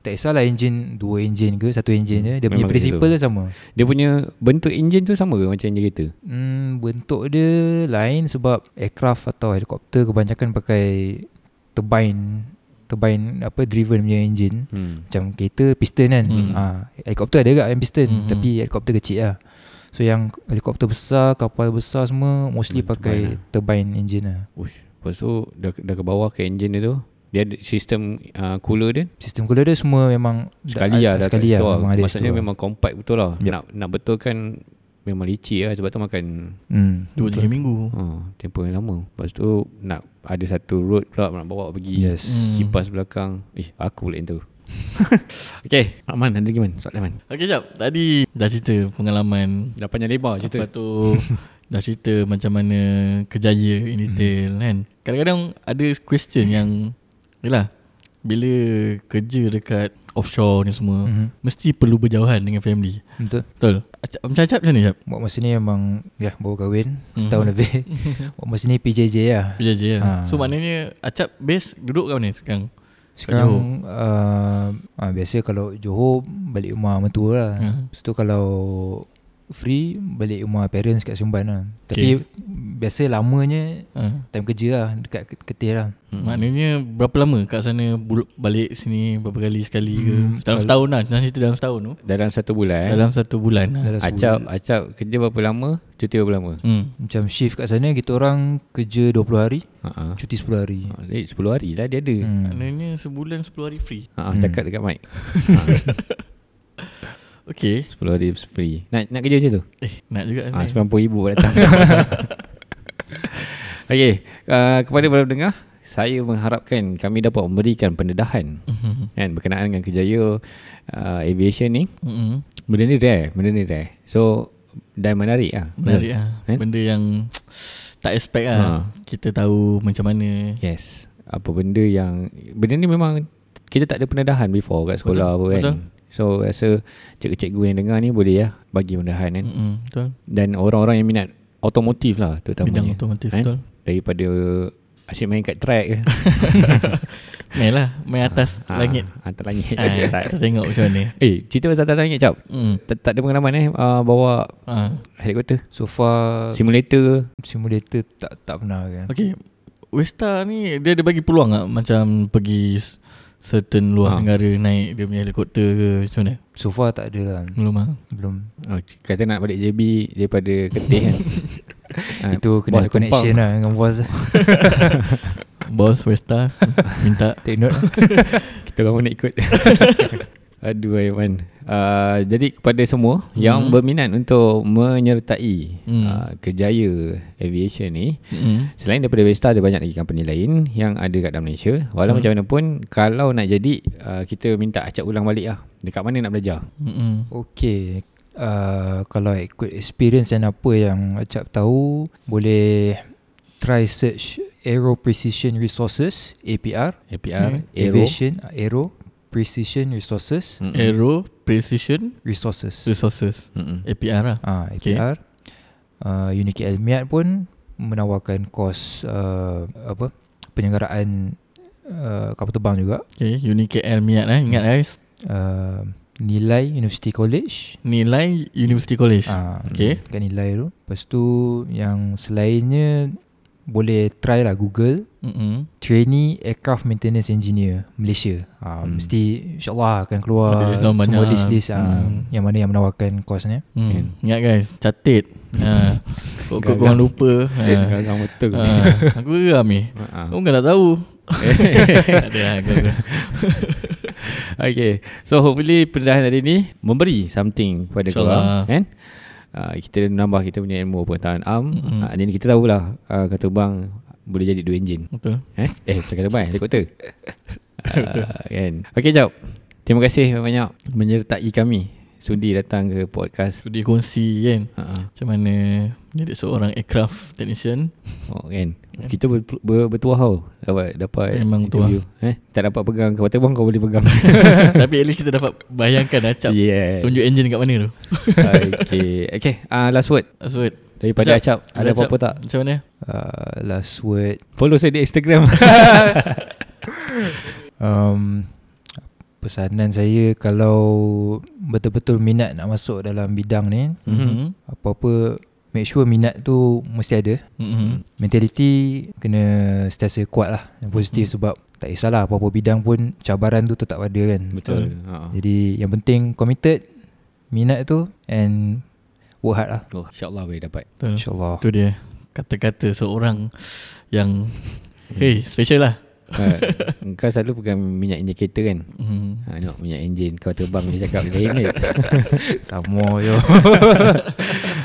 E: Tak kisahlah engine, dua engine ke, satu engine je. Dia punya
C: Memang
E: prinsipal dia sama.
C: dia punya bentuk engine tu sama ke macam engine kereta
E: Hmm, bentuk dia lain sebab aircraft atau helikopter kebanyakan pakai turbine, turbine apa driven punya engine.
C: hmm
E: Macam kereta piston kan
D: Hmm.
E: hmm. ha, Helikopter ada kat yang piston
D: Hmm,
E: hmm. Tapi helikopter kecil lah So yang helikopter besar Kapal besar semua Mostly
C: Hmm,
E: pakai turbine engine lah
C: Ush. lepas tu dah, dah ke bawah ke engine dia tu dia ada sistem uh, cooler dia
E: Sistem cooler dia semua memang
C: sekali lah dah
E: Sekali
C: kat situ
E: lah
C: lah.
E: memang ada
C: maksudnya
E: situ lah.
C: memang compact betul lah
E: Yup.
C: nak nak betulkan memang licik lah sebab tu makan
E: hmm,
D: Dua
E: betul.
D: tiga minggu.
C: ha, tempoh yang lama lepas tu nak ada satu road pula nak bawa pergi
E: Yes
D: Hmm.
C: Kipas belakang Eh aku pula yang tahu Okay Rahman ada lagi man Soalan man
D: Okey jap. Tadi dah cerita pengalaman
C: Dah panjang lebar cerita
D: Lepas tu dah cerita macam mana kerjaya in detail kan. Kadang-kadang ada question yang yalah bila kerja dekat offshore ni semua
E: Mhm.
D: mesti perlu berjauhan dengan family.
E: Betul
D: Betul. Acap, macam acap macam ni jap.
E: Buat masa ni memang Ya baru kahwin
C: Hmm.
E: Setahun lebih Buat masa ni PJJ lah
D: Kerja je ya.
E: Ha.
D: So maknanya acap base duduk kat mana sekarang?
E: Sekarang uh, ah, Biasa kalau Johor Balik rumah mentua lah
C: Hmm.
D: Ha.
E: Lepas tu kalau Free Balik rumah parents kat Sumban lah Tapi Biasa lamanya
D: Ha.
E: Time kerja lah Dekat Ke- ketih lah
D: Maknanya berapa lama kat sana bul- balik sini berapa kali sekali ke?
E: Hmm,
D: Dalam
E: kalau-
D: setahun lah. Jangan cerita dalam setahun tu.
C: Dalam satu bulan eh?
D: Dalam satu bulan lah.
E: Dalam sebulan.
C: Acap Acap kerja berapa lama Cuti berapa lama
D: Hmm.
E: Macam shift kat sana Kita orang kerja 20 hari
C: Ha-ha.
E: Cuti 10 hari
C: Ha, Eh 10 hari lah dia ada hmm.
E: hmm.
D: Maknanya sebulan 10 hari free.
C: Ha,
E: Hmm.
C: Cakap dekat mic
D: Okay
C: 10 hari free Nak nak kerja macam tu
D: Eh nak juga
C: ha,
D: ni.
C: 90 ribu datang Okay uh, Kepada para pendengar Saya mengharapkan Kami dapat memberikan pendedahan
D: Mhm.
C: kan, Berkenaan dengan kerjaya uh, Aviation ni
D: Mm-hmm.
C: Benda ni rare Benda ni rare So Dan menarik lah
D: Menarik lah
C: Kan?
D: Benda yang Tak expect lah
C: Ha.
D: Kita tahu macam mana
C: Yes Apa benda yang Benda ni memang Kita tak ada pendedahan before Kat
D: Betul,
C: sekolah betul, apa kan
D: betul.
C: betul. So rasa Cikgu-cikgu yang dengar ni Boleh lah Bagi pendedahan kan
D: Mm-mm, Betul
C: Dan orang-orang yang minat Automotif lah Terutamanya
D: Bidang otomotif
C: Kan?
D: betul
C: Daripada Asyik main kat track ke
D: Main lah Main atas
C: Ha,
D: langit
C: Atas langit Ah, ya.
D: ha, Kita tengok macam mana
C: Eh cerita pasal atas langit cap
D: mm.
C: tak, tak ada pengalaman eh uh, Bawa
D: ha.
C: helikopter
E: So far
C: Simulator
E: Simulator tak tak pernah kan
D: Okay Westa ni Dia ada bagi peluang tak Macam pergi s- Certain luar
C: Ha.
D: negara Naik dia punya helikopter ke Macam mana
E: So far tak ada lah
D: Belum lah
E: Belum
C: oh, Kata nak balik JB Daripada ketih kan Ah,
E: Itu kena
C: bos
E: ada connection lah Dengan bos
D: Bos Westa Minta
E: Take note lah.
C: Kita orang pun nak ikut Aduh Aiman uh, Jadi kepada semua hmm. Yang berminat untuk Menyertai
D: Hmm.
C: hmm. uh, Kejaya Aviation ni
D: mm.
C: Selain daripada Vesta Ada banyak lagi company lain Yang ada kat dalam Malaysia Walau hmm. macam mana pun Kalau nak jadi uh, Kita minta acak ulang balik lah Dekat mana nak belajar
D: Mm-mm.
E: Okay uh, Kalau ikut experience dan apa yang Acap tahu Boleh try search Aero Precision Resources APR
C: APR
D: Hmm.
C: hmm. Aero Hmm.
E: Aviation uh, Aero Precision Resources
C: Mm-mm.
D: Aero Precision Hmm.
E: Resources
D: Resources
C: Mm-mm.
D: APR lah
E: ah uh,
D: Okay.
E: APR uh, Uniki Almiat pun menawarkan kos uh, apa penyelenggaraan uh, kapal terbang juga
D: Okay UniKL Miat eh Ingat guys
E: uh, nilai University College
D: Nilai University College
E: ah
D: Okay
E: kat nilai tu lepas tu yang selainnya boleh try lah Google
D: Mm-mm.
E: Trainee Aircraft Maintenance Engineer Malaysia
C: Hmm.
E: ha, hmm. Mesti insyaAllah akan keluar
D: Ada list nombor
E: Semua
D: banyak.
E: list-list ha,
D: Hmm.
E: Yang mana yang menawarkan kos ni
D: Hmm.
C: Kan?
D: Ingat guys, catit. ha. Kok kau korang lupa. Ha.
C: Garang betul
D: ha. Aku geram ni.
C: Ha.
D: Kau kan tak tahu. Tak ada lah, kau geram.
C: Okay So hopefully pendedahan hari ni Memberi something Kepada
D: InsyaAllah.
C: korang Kan uh, Kita nambah kita punya ilmu Pengetahuan am
D: Mm-mm.
C: mm-hmm. uh, Jadi kita tahulah uh, Kata bang Boleh jadi dua enjin
D: Betul.
C: Eh, eh bukan kata bang Helikopter uh, kan? Okay jap Terima kasih banyak-banyak Menyertai kami Sudi datang ke podcast
D: Sudi kongsi kan.
C: uh-huh.
D: Macam mana jadi seorang aircraft technician.
C: Oh kan Kita ber, ber, bertuah tau Dapat, dapat
D: Memang
C: interview. eh? Tak dapat pegang Kau kata bang kau boleh pegang
D: Tapi at least kita dapat bayangkan acap. Yeah.
C: Yes
D: Tunjuk enjin kat mana tu.
C: Okay Okay uh, Last word
D: That's what.
C: Daripada
D: Sekejap.
C: Acap Ada apa-apa tak
D: Macam mana?
E: uh, Last word
C: Follow saya di Instagram
E: um, Pesanan saya kalau betul-betul minat nak masuk dalam bidang ni
D: Mm-hmm.
E: Apa-apa make sure minat tu mesti ada
D: Mm-hmm.
E: Mentality kena sentiasa kuat lah Yang positif hmm. sebab tak kisahlah apa-apa bidang pun cabaran tu tetap ada kan
C: Betul ha.
E: Jadi yang penting committed Minat tu and work hard lah
C: oh, InsyaAllah boleh dapat
D: Betul.
E: InsyaAllah
D: Tu dia. Kata-kata seorang yang
C: Hmm.
D: Hey, special lah.
C: uh, Kau selalu pegang minyak injekator kan
D: Mm.
C: Ha, tengok minyak enjin Kau terbang dia cakap lain je
E: Sama yo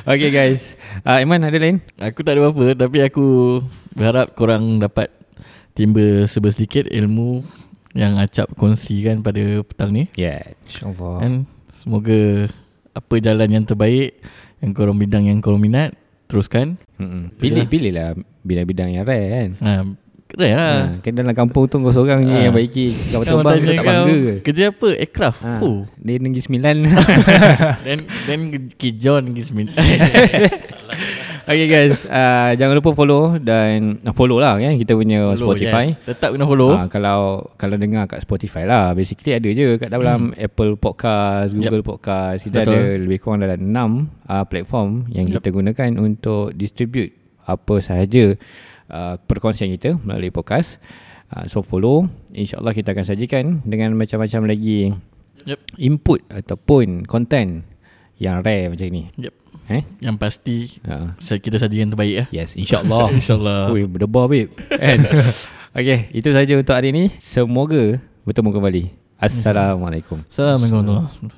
C: Okay guys uh, Iman ada lain?
D: Aku tak ada apa-apa Tapi aku Berharap korang dapat Timba sebersedikit ilmu Yang Acap kongsikan pada petang ni
C: Yeah
E: InsyaAllah
D: Dan Semoga Apa jalan yang terbaik Yang korang bidang yang korang minat Teruskan
C: Mm-mm.
D: Betul lah.
C: Pilih pilih lah bidang-bidang yang rare kan
D: ha, Keren lah
C: Ha, kan dalam kampung tu kau seorang je
D: Ah.
C: yang baiki Kau
D: Orang
C: terbang kau
D: tanya
C: tak bangga ke?
D: Kerja apa? Aircraft
C: Ha,
D: Oh
C: Dia negeri sembilan
D: Then Then Ki John Ki Smith
C: Okay guys uh, Jangan lupa follow Dan uh, follow lah kan Kita punya Spotify
D: yes. Tetap kena follow
C: Ah, kalau kalau dengar kat Spotify lah basically ada je kat dalam hmm. Apple Podcast, Google yep. Podcast. Kita Betul.
D: Betul.
C: ada lebih kurang dalam 6 uh, platform yang yep. kita gunakan untuk distribute apa sahaja uh, perkongsian kita melalui podcast. Uh, so follow insyaallah kita akan sajikan dengan macam-macam lagi
D: Yep.
C: input ataupun content yang rare macam ni.
D: Yep.
C: Eh?
D: Yang pasti
C: Uh,
D: saya- Kita sajikan terbaik lah
C: yes, insyaallah.
D: InsyaAllah
C: Ui, berdebar babe Kan Okay, itu saja untuk hari ini Semoga bertemu kembali Assalamualaikum
D: Assalamualaikum warahmatullahi wabarakatuh.